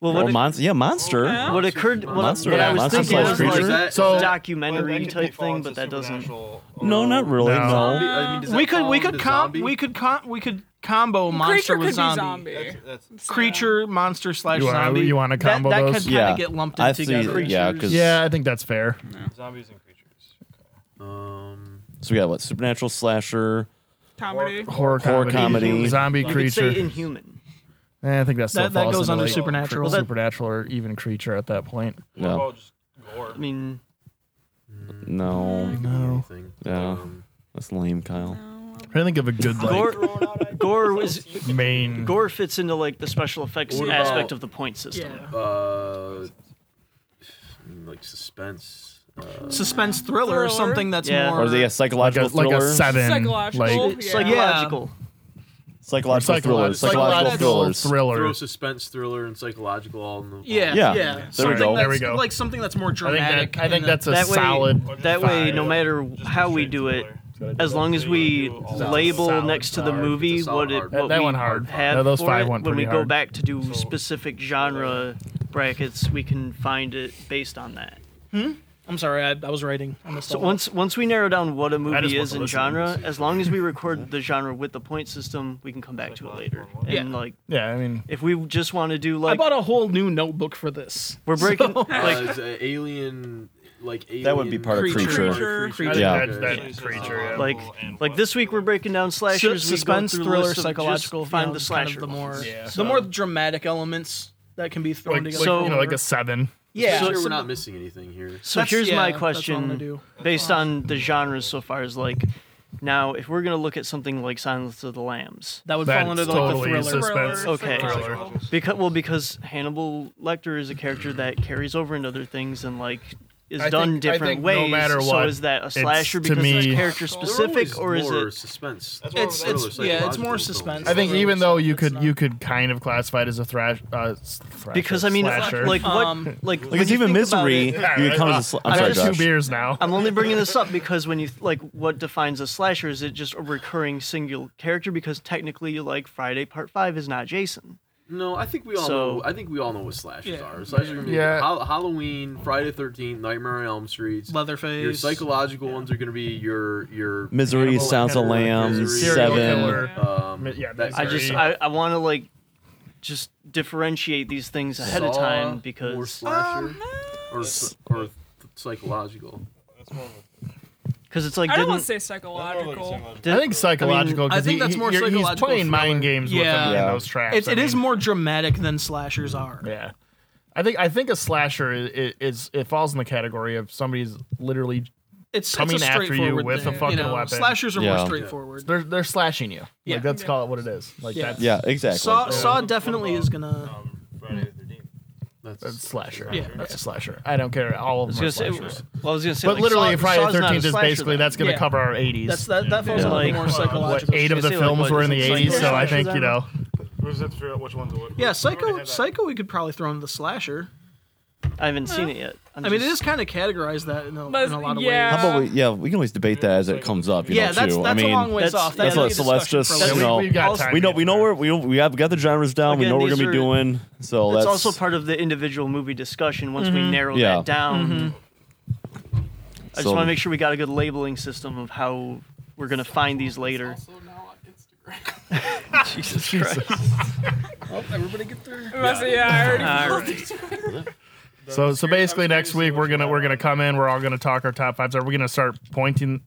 Speaker 6: well
Speaker 10: Or
Speaker 6: what, it,
Speaker 10: monster. Yeah, monster.
Speaker 6: what occurred what,
Speaker 10: Monster,
Speaker 6: what
Speaker 10: yeah,
Speaker 6: i was
Speaker 10: monster
Speaker 6: thinking
Speaker 10: slash
Speaker 6: was like
Speaker 10: creature.
Speaker 8: That-
Speaker 1: So-
Speaker 6: documentary type thing but that doesn't
Speaker 10: No, not really.
Speaker 1: No.
Speaker 10: No.
Speaker 8: Zombie- I mean, does
Speaker 3: We
Speaker 8: that
Speaker 3: could
Speaker 8: fall
Speaker 3: we
Speaker 8: into
Speaker 3: could comp
Speaker 8: zombie?
Speaker 3: we could comp we could combo
Speaker 2: Creature
Speaker 3: monster
Speaker 2: could
Speaker 3: with zombie.
Speaker 2: be zombie.
Speaker 5: That's,
Speaker 3: creature monster slash
Speaker 1: You wanna-
Speaker 3: zombie.
Speaker 1: you wanna
Speaker 3: That-
Speaker 1: combo
Speaker 3: that,
Speaker 1: those?
Speaker 3: could kind
Speaker 10: Yeah.
Speaker 3: of get lumped in
Speaker 10: I see.
Speaker 3: together.
Speaker 10: Yeah. Because
Speaker 1: yeah, I think that's fair.
Speaker 5: zombies and creatures.
Speaker 8: Um,
Speaker 10: So we got what supernatural slasher.
Speaker 2: Comedy.
Speaker 1: Horror
Speaker 10: Horror
Speaker 1: comedy,
Speaker 10: comedy.
Speaker 1: zombie
Speaker 6: you could
Speaker 1: creature.
Speaker 6: say inhuman
Speaker 1: Eh, I think that still
Speaker 3: That- that
Speaker 1: falls
Speaker 3: goes
Speaker 1: into,
Speaker 3: under
Speaker 1: like,
Speaker 3: supernatural.
Speaker 1: supernatural or even creature at that point.
Speaker 5: What
Speaker 10: No.
Speaker 5: about just gore?
Speaker 6: i mean
Speaker 10: No.
Speaker 8: No.
Speaker 10: Yeah. That's lame, Kyle.
Speaker 1: trying to think of a good like
Speaker 6: Gore, Gore was
Speaker 1: main.
Speaker 6: Gore fits into like the special effects
Speaker 8: What
Speaker 6: aspect
Speaker 8: about-
Speaker 6: of the point system.
Speaker 2: Yeah.
Speaker 8: Uh, like suspense. Uh,
Speaker 3: Suspense thriller,
Speaker 2: Thriller.
Speaker 3: or something that's
Speaker 6: Yeah.
Speaker 3: more.
Speaker 10: Or is it a
Speaker 1: Like a,
Speaker 10: psychological
Speaker 1: like a
Speaker 10: thriller?
Speaker 1: seven,
Speaker 2: Psychological.
Speaker 1: like
Speaker 2: Yeah.
Speaker 6: Psychological.
Speaker 10: psychological thrillers. Psychological thrillers.
Speaker 8: throw
Speaker 1: thriller.
Speaker 8: suspense, thriller, and psychological all in the.
Speaker 3: yeah,
Speaker 10: Yeah.
Speaker 3: yeah,
Speaker 10: There we
Speaker 3: Something
Speaker 10: go.
Speaker 1: There we
Speaker 3: that's-
Speaker 1: go.
Speaker 3: Like something that's more
Speaker 1: I
Speaker 3: dramatic.
Speaker 1: think, that, I
Speaker 3: in
Speaker 1: think
Speaker 3: the-
Speaker 1: that's a
Speaker 6: That way-
Speaker 1: solid.
Speaker 6: That way,
Speaker 1: Five.
Speaker 6: no matter how we do it, as long as we label
Speaker 1: solid
Speaker 6: next to the
Speaker 8: hard.
Speaker 6: movie
Speaker 8: It's a solid
Speaker 6: what it
Speaker 8: hard.
Speaker 6: what
Speaker 1: That
Speaker 6: we
Speaker 1: one hard.
Speaker 6: have
Speaker 1: No, those
Speaker 6: for
Speaker 1: five
Speaker 6: it,
Speaker 1: went
Speaker 6: when we
Speaker 1: pretty
Speaker 6: go
Speaker 1: hard.
Speaker 6: back to do specific genre brackets, we can find it based on that.
Speaker 3: I'm sorry, I, I was writing. I missed
Speaker 6: So
Speaker 3: that one.
Speaker 6: once once we narrow down what a
Speaker 1: just
Speaker 6: movie
Speaker 1: want
Speaker 6: is
Speaker 1: to
Speaker 6: in
Speaker 1: listen to
Speaker 6: genre, as long as we record the genre with the point system, we can come back to it later. And
Speaker 3: Yeah.
Speaker 6: like
Speaker 1: Yeah, I mean,
Speaker 6: if we just want to do
Speaker 3: I
Speaker 6: like
Speaker 3: bought a whole new notebook for this.
Speaker 6: we're breaking
Speaker 8: Like
Speaker 6: like
Speaker 8: Uh, alien, like alien.
Speaker 10: That would be part of
Speaker 3: Creature.
Speaker 10: creature.
Speaker 2: Creature.
Speaker 1: I think
Speaker 10: Yeah.
Speaker 1: that's that creature. Yeah.
Speaker 6: like like this week we're breaking down slashers, we go
Speaker 3: suspense,
Speaker 6: through
Speaker 3: thriller,
Speaker 6: lists of just
Speaker 3: psychological.
Speaker 6: Find
Speaker 3: you know,
Speaker 6: the
Speaker 3: kind
Speaker 6: slasher.
Speaker 3: of the more,
Speaker 6: ones.
Speaker 1: Yeah.
Speaker 3: the more dramatic elements that can be thrown
Speaker 1: like,
Speaker 3: together.
Speaker 1: like,
Speaker 6: So-
Speaker 1: you know, like a seven.
Speaker 3: yeah,
Speaker 8: Sure,
Speaker 3: so
Speaker 8: we're not missing anything here.
Speaker 6: So
Speaker 3: That's-
Speaker 6: here's
Speaker 3: yeah,
Speaker 6: my
Speaker 3: that's what I'm gonna
Speaker 6: question
Speaker 3: do.
Speaker 6: based on the genres so far is like now if we're going to look at something like Silence of the Lambs
Speaker 3: that would
Speaker 1: That's
Speaker 3: fall under the,
Speaker 1: totally
Speaker 3: like, the thriller.
Speaker 1: suspense.
Speaker 6: Okay.
Speaker 1: Thriller.
Speaker 6: because well because Hannibal Lecter is a character that carries over into other things and like is
Speaker 1: I
Speaker 6: done
Speaker 1: think- I
Speaker 6: different
Speaker 1: think no
Speaker 6: ways
Speaker 1: matter
Speaker 6: so
Speaker 1: what,
Speaker 6: is that a
Speaker 1: it's- to
Speaker 6: slasher because
Speaker 1: me-
Speaker 6: it's character specific or is
Speaker 8: more
Speaker 6: it
Speaker 8: suspense?
Speaker 3: It's
Speaker 8: Thriller,
Speaker 3: it's yeah, it's more
Speaker 8: psychological
Speaker 3: suspense.
Speaker 8: films.
Speaker 1: I think
Speaker 3: thriller,
Speaker 1: even though you
Speaker 3: it's
Speaker 1: could
Speaker 3: not-
Speaker 1: you could kind of classify it as a thrash, uh, s- thrasher,
Speaker 6: because I mean
Speaker 1: slasher.
Speaker 6: like what
Speaker 3: Um,
Speaker 6: like when
Speaker 10: Like it's
Speaker 6: you
Speaker 10: even
Speaker 6: think about
Speaker 10: misery.
Speaker 6: it-
Speaker 1: Yeah,
Speaker 10: you
Speaker 1: right.
Speaker 10: come
Speaker 1: Uh,
Speaker 10: to sl- I'm
Speaker 1: I've
Speaker 10: sorry,
Speaker 1: had
Speaker 10: Josh.
Speaker 1: two beers now.
Speaker 6: I'm only bringing this up because when you like what defines a slasher is it just a recurring single character because technically like Friday Part 5 is not Jason.
Speaker 8: No, I think we all
Speaker 6: So-
Speaker 8: know. I think we all know what slashes
Speaker 3: Yeah.
Speaker 8: are. Slashers are gonna be
Speaker 1: Yeah.
Speaker 8: Hall- Halloween, Friday Thirteenth, Nightmare on Elm Street,
Speaker 3: Leatherface.
Speaker 8: Your psychological ones are gonna be your your
Speaker 10: Misery,
Speaker 8: Hannibal
Speaker 10: Sounds of
Speaker 8: Lecter,
Speaker 10: Lamb,
Speaker 8: Misery,
Speaker 1: Serial
Speaker 10: Seven.
Speaker 1: killer.
Speaker 8: Um,
Speaker 1: Yeah,
Speaker 8: that-
Speaker 6: I just
Speaker 1: Sorry.
Speaker 6: I, I want to like just differentiate these things ahead of
Speaker 8: Saw
Speaker 6: time
Speaker 8: or
Speaker 6: because
Speaker 8: slasher
Speaker 3: Uh,
Speaker 8: or s- or th- psychological.
Speaker 6: because it's like
Speaker 2: I don't want
Speaker 6: didn't
Speaker 2: to say psychological.
Speaker 1: I think psychological. 'cause
Speaker 3: I think
Speaker 1: he-
Speaker 3: that's
Speaker 1: he-
Speaker 3: more
Speaker 1: you're- He's
Speaker 3: psychological
Speaker 1: playing mind
Speaker 3: thriller.
Speaker 1: games
Speaker 3: Yeah.
Speaker 1: with him
Speaker 10: Yeah.
Speaker 1: in those traps.
Speaker 3: It's,
Speaker 1: I
Speaker 3: it is
Speaker 1: mean,
Speaker 3: more dramatic than slashers are.
Speaker 1: Yeah, I think I think a slasher i- i- is it falls in the category of somebody's literally
Speaker 3: It's
Speaker 1: Coming
Speaker 3: it's a
Speaker 1: after you
Speaker 3: straightforward
Speaker 1: with a
Speaker 3: thing,
Speaker 1: fucking
Speaker 3: you know?
Speaker 1: weapon.
Speaker 3: Slashers are
Speaker 10: Yeah.
Speaker 3: more straightforward.
Speaker 1: they're they're slashing you.
Speaker 3: Yeah.
Speaker 1: Like let's call it what it is. Like
Speaker 3: Yeah.
Speaker 1: that's
Speaker 10: Yeah, exactly.
Speaker 3: Saw Saw definitely is gonna.
Speaker 5: Um, Friday the 13th.
Speaker 8: That's
Speaker 1: that's slasher.
Speaker 3: Yeah.
Speaker 1: that's a slasher. I don't care. All
Speaker 6: I
Speaker 1: of
Speaker 6: was
Speaker 1: them are
Speaker 6: gonna say
Speaker 1: slashers.
Speaker 6: well, I was gonna say
Speaker 1: But
Speaker 6: like,
Speaker 1: literally,
Speaker 6: Saw-
Speaker 1: Friday
Speaker 6: Saw's
Speaker 1: the
Speaker 6: not a
Speaker 1: Thirteenth is
Speaker 6: slasher,
Speaker 1: basically
Speaker 6: then.
Speaker 1: that's going to
Speaker 3: Yeah.
Speaker 1: cover our eighties.
Speaker 3: That's that that falls
Speaker 6: Yeah.
Speaker 3: under
Speaker 6: Like,
Speaker 3: the more
Speaker 6: what,
Speaker 3: psychological.
Speaker 1: eight of
Speaker 6: Should
Speaker 1: the
Speaker 6: I say, like,
Speaker 1: films
Speaker 6: what,
Speaker 1: were in the
Speaker 6: is it
Speaker 1: eighties, so I
Speaker 6: psychological
Speaker 1: think you
Speaker 6: genre?
Speaker 1: know.
Speaker 5: We'll just have to figure out which one's what.
Speaker 3: Yeah,
Speaker 5: We already
Speaker 3: Psycho.
Speaker 5: had that.
Speaker 3: Psycho, we could probably throw into the slasher.
Speaker 6: I haven't seen it yet. I'm
Speaker 3: I mean, it is
Speaker 6: just-
Speaker 3: kind of categorized that in a,
Speaker 2: But,
Speaker 3: in a lot of
Speaker 10: How
Speaker 2: yeah.
Speaker 3: ways.
Speaker 10: about we? Yeah, we can always debate that as it comes up. You
Speaker 3: uh, Yeah,
Speaker 10: know,
Speaker 3: that's
Speaker 10: too.
Speaker 3: that's
Speaker 10: I mean,
Speaker 3: a long ways
Speaker 6: that's-
Speaker 3: off. That-
Speaker 10: that's
Speaker 3: that'll
Speaker 10: what-
Speaker 3: be a
Speaker 10: so let's
Speaker 3: discussion
Speaker 10: just-
Speaker 3: for
Speaker 10: you
Speaker 1: Yeah,
Speaker 3: later.
Speaker 10: know,
Speaker 1: we, have got
Speaker 6: also-
Speaker 1: time
Speaker 10: we know
Speaker 1: to get
Speaker 10: we know
Speaker 1: there.
Speaker 10: where we we have got the genres down. we
Speaker 6: Again,
Speaker 10: know what we're
Speaker 6: these
Speaker 10: gonna be
Speaker 6: are-
Speaker 10: doing. So
Speaker 6: That's
Speaker 10: that's
Speaker 6: also part of the individual movie discussion once we narrow
Speaker 10: Yeah.
Speaker 6: that down. I just
Speaker 10: So-
Speaker 6: want to make sure we got a good labeling system of how we're gonna find these later. Jesus Christ.
Speaker 2: Yeah, I already
Speaker 3: Uh,
Speaker 1: So so basically next week we're gonna we're gonna come in. We're all gonna talk our top fives. Are we gonna start pointing,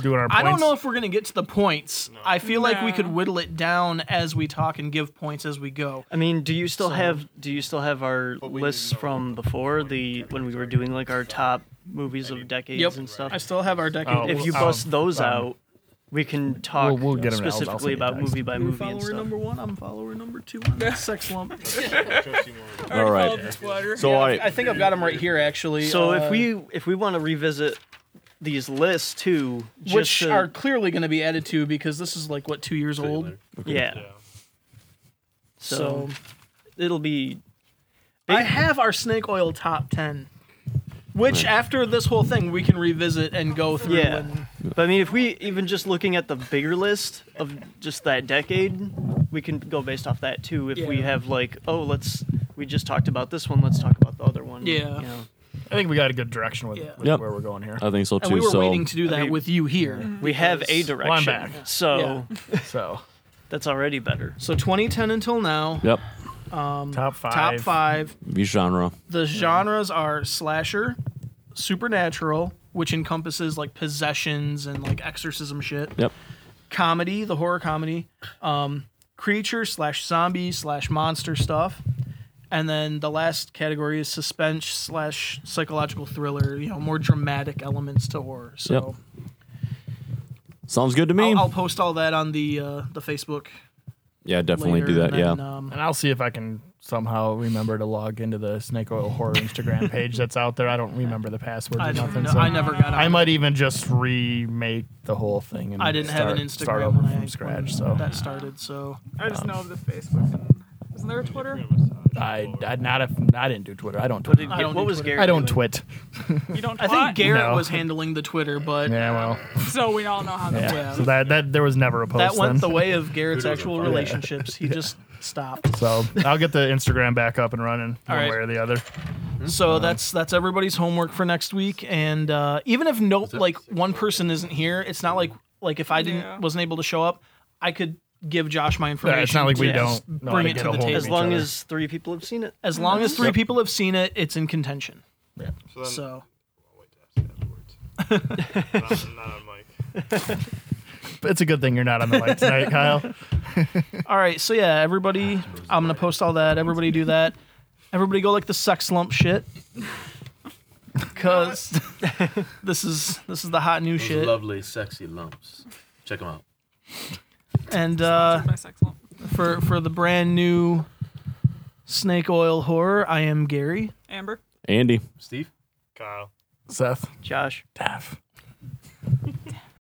Speaker 1: doing our? Points?
Speaker 3: I don't know if we're gonna get to the points. I feel like we
Speaker 2: No.
Speaker 3: could whittle it down as we talk and give points as we go.
Speaker 6: I mean, do you still have do you still have our lists from before the when we were doing like our top movies of decades
Speaker 3: Yep.
Speaker 6: and stuff? Uh,
Speaker 3: I still have our decade.
Speaker 1: Oh,
Speaker 6: if you
Speaker 1: Um,
Speaker 6: bust those
Speaker 1: um,
Speaker 6: out, we can talk
Speaker 1: we'll get 'em out. I'll send
Speaker 6: specifically
Speaker 1: you
Speaker 6: about
Speaker 1: text.
Speaker 6: movie by
Speaker 3: You're
Speaker 6: movie and
Speaker 3: follower
Speaker 6: stuff.
Speaker 3: number one. I'm follower number two on that sex lump.
Speaker 10: all
Speaker 2: followed
Speaker 10: right.
Speaker 2: this letter.
Speaker 10: So all
Speaker 3: I
Speaker 10: right,
Speaker 3: think I've got them right here actually.
Speaker 6: So
Speaker 3: uh,
Speaker 6: if we if we want to revisit these lists too, just uh,
Speaker 3: which
Speaker 6: to-
Speaker 3: are clearly going to be added to because this is like what two years old.
Speaker 6: yeah. So,
Speaker 3: So
Speaker 6: it'll be
Speaker 3: I have our snake oil top ten, which after this whole thing we can revisit and go through.
Speaker 6: Yeah.
Speaker 3: And,
Speaker 6: but I mean if we even just looking at the bigger list of just that decade, we can go based off that too if we
Speaker 3: Yeah.
Speaker 6: have like, oh, let's we just talked about this one, let's talk about the other one.
Speaker 3: Yeah.
Speaker 6: You know.
Speaker 1: I think we got a good direction with,
Speaker 3: Yeah.
Speaker 1: with
Speaker 10: Yep. Uh,
Speaker 1: where we're going here.
Speaker 10: I think so
Speaker 3: and we
Speaker 10: too.
Speaker 3: were
Speaker 10: So
Speaker 3: waiting to do that
Speaker 6: mean,
Speaker 3: with you here.
Speaker 6: We have a
Speaker 3: because-
Speaker 6: direction.
Speaker 1: back.
Speaker 6: So
Speaker 1: So
Speaker 6: that's already better.
Speaker 3: So 2010 until now,
Speaker 10: yep,
Speaker 6: um,
Speaker 1: top five.
Speaker 3: top five.
Speaker 10: be genre.
Speaker 3: The genres are slasher, supernatural, which encompasses like possessions and like exorcism shit.
Speaker 10: Yep.
Speaker 3: Comedy, the horror comedy, um, creature slash zombie slash monster stuff, And then the last category is suspense slash psychological thriller. You know, more dramatic elements to horror. So
Speaker 10: Sounds good to me.
Speaker 3: I'll, I'll post all that on the uh, the Facebook.
Speaker 10: yeah, definitely
Speaker 3: later,
Speaker 10: do that.
Speaker 3: and
Speaker 10: Yeah.
Speaker 3: then, um,
Speaker 1: And I'll see if I can somehow remember to log into the Snake Oil Horror Instagram page that's out there. I don't remember the password
Speaker 3: I,
Speaker 1: or
Speaker 3: don't
Speaker 1: nothing.
Speaker 3: know.
Speaker 1: so
Speaker 3: I never got.
Speaker 1: I
Speaker 3: on
Speaker 1: might even just remake the whole thing. And
Speaker 3: I didn't have an
Speaker 1: start- Start
Speaker 3: Instagram
Speaker 1: over
Speaker 3: when I
Speaker 1: from scratch. So
Speaker 3: that started. So
Speaker 2: I just know of the Facebook. And, isn't there a Twitter?
Speaker 1: I, I not if I didn't do Twitter. I don't
Speaker 6: But
Speaker 1: twit.
Speaker 6: it,
Speaker 3: I don't
Speaker 6: what
Speaker 3: do
Speaker 6: was
Speaker 3: Twitter.
Speaker 6: Gary?
Speaker 1: I don't
Speaker 6: doing?
Speaker 1: twit.
Speaker 2: You don't.
Speaker 3: I
Speaker 2: twat?
Speaker 3: think Garrett
Speaker 1: No.
Speaker 3: was handling the Twitter, but
Speaker 1: Yeah, well,
Speaker 2: So we all know how that
Speaker 1: yeah.
Speaker 2: went.
Speaker 1: So that that there was never a post.
Speaker 3: that
Speaker 1: then.
Speaker 3: went the way of Garrett's
Speaker 5: Twitter was
Speaker 3: actual
Speaker 5: a fun-
Speaker 3: relationships. He just stopped.
Speaker 1: So I'll get the Instagram back up and running
Speaker 3: All
Speaker 1: one
Speaker 3: right.
Speaker 1: way or the other.
Speaker 3: So that's that's everybody's homework for next week. And uh, even if no, like one person isn't here, it's not like like if I didn't
Speaker 2: Yeah.
Speaker 3: wasn't able to show up, I could give Josh my information.
Speaker 1: Yeah, it's not like we
Speaker 3: to just
Speaker 1: don't know how
Speaker 3: bring
Speaker 1: to
Speaker 3: it
Speaker 1: get
Speaker 3: to
Speaker 1: a hold
Speaker 3: the
Speaker 1: of
Speaker 3: table.
Speaker 6: As
Speaker 1: each
Speaker 6: long
Speaker 1: other.
Speaker 6: as three people have seen it.
Speaker 3: As long as three people have seen it, it's in contention.
Speaker 5: So then,
Speaker 3: So
Speaker 5: I'll wait to ask you afterwards. not, not on mic.
Speaker 1: It's a good thing you're not on the mic tonight, Kyle.
Speaker 3: all right, so yeah, everybody, I'm gonna post all that. Everybody do that. Everybody go like the sex lump shit. Cause this is this is the hot new
Speaker 8: Those
Speaker 3: shit.
Speaker 8: lovely, sexy lumps. Check them out.
Speaker 3: And uh,
Speaker 2: My sex lump.
Speaker 3: for for the brand new snake oil horror, I am Gary.
Speaker 2: Amber.
Speaker 10: Andy.
Speaker 8: Steve.
Speaker 5: Kyle.
Speaker 1: Seth.
Speaker 6: Josh.
Speaker 1: Taff.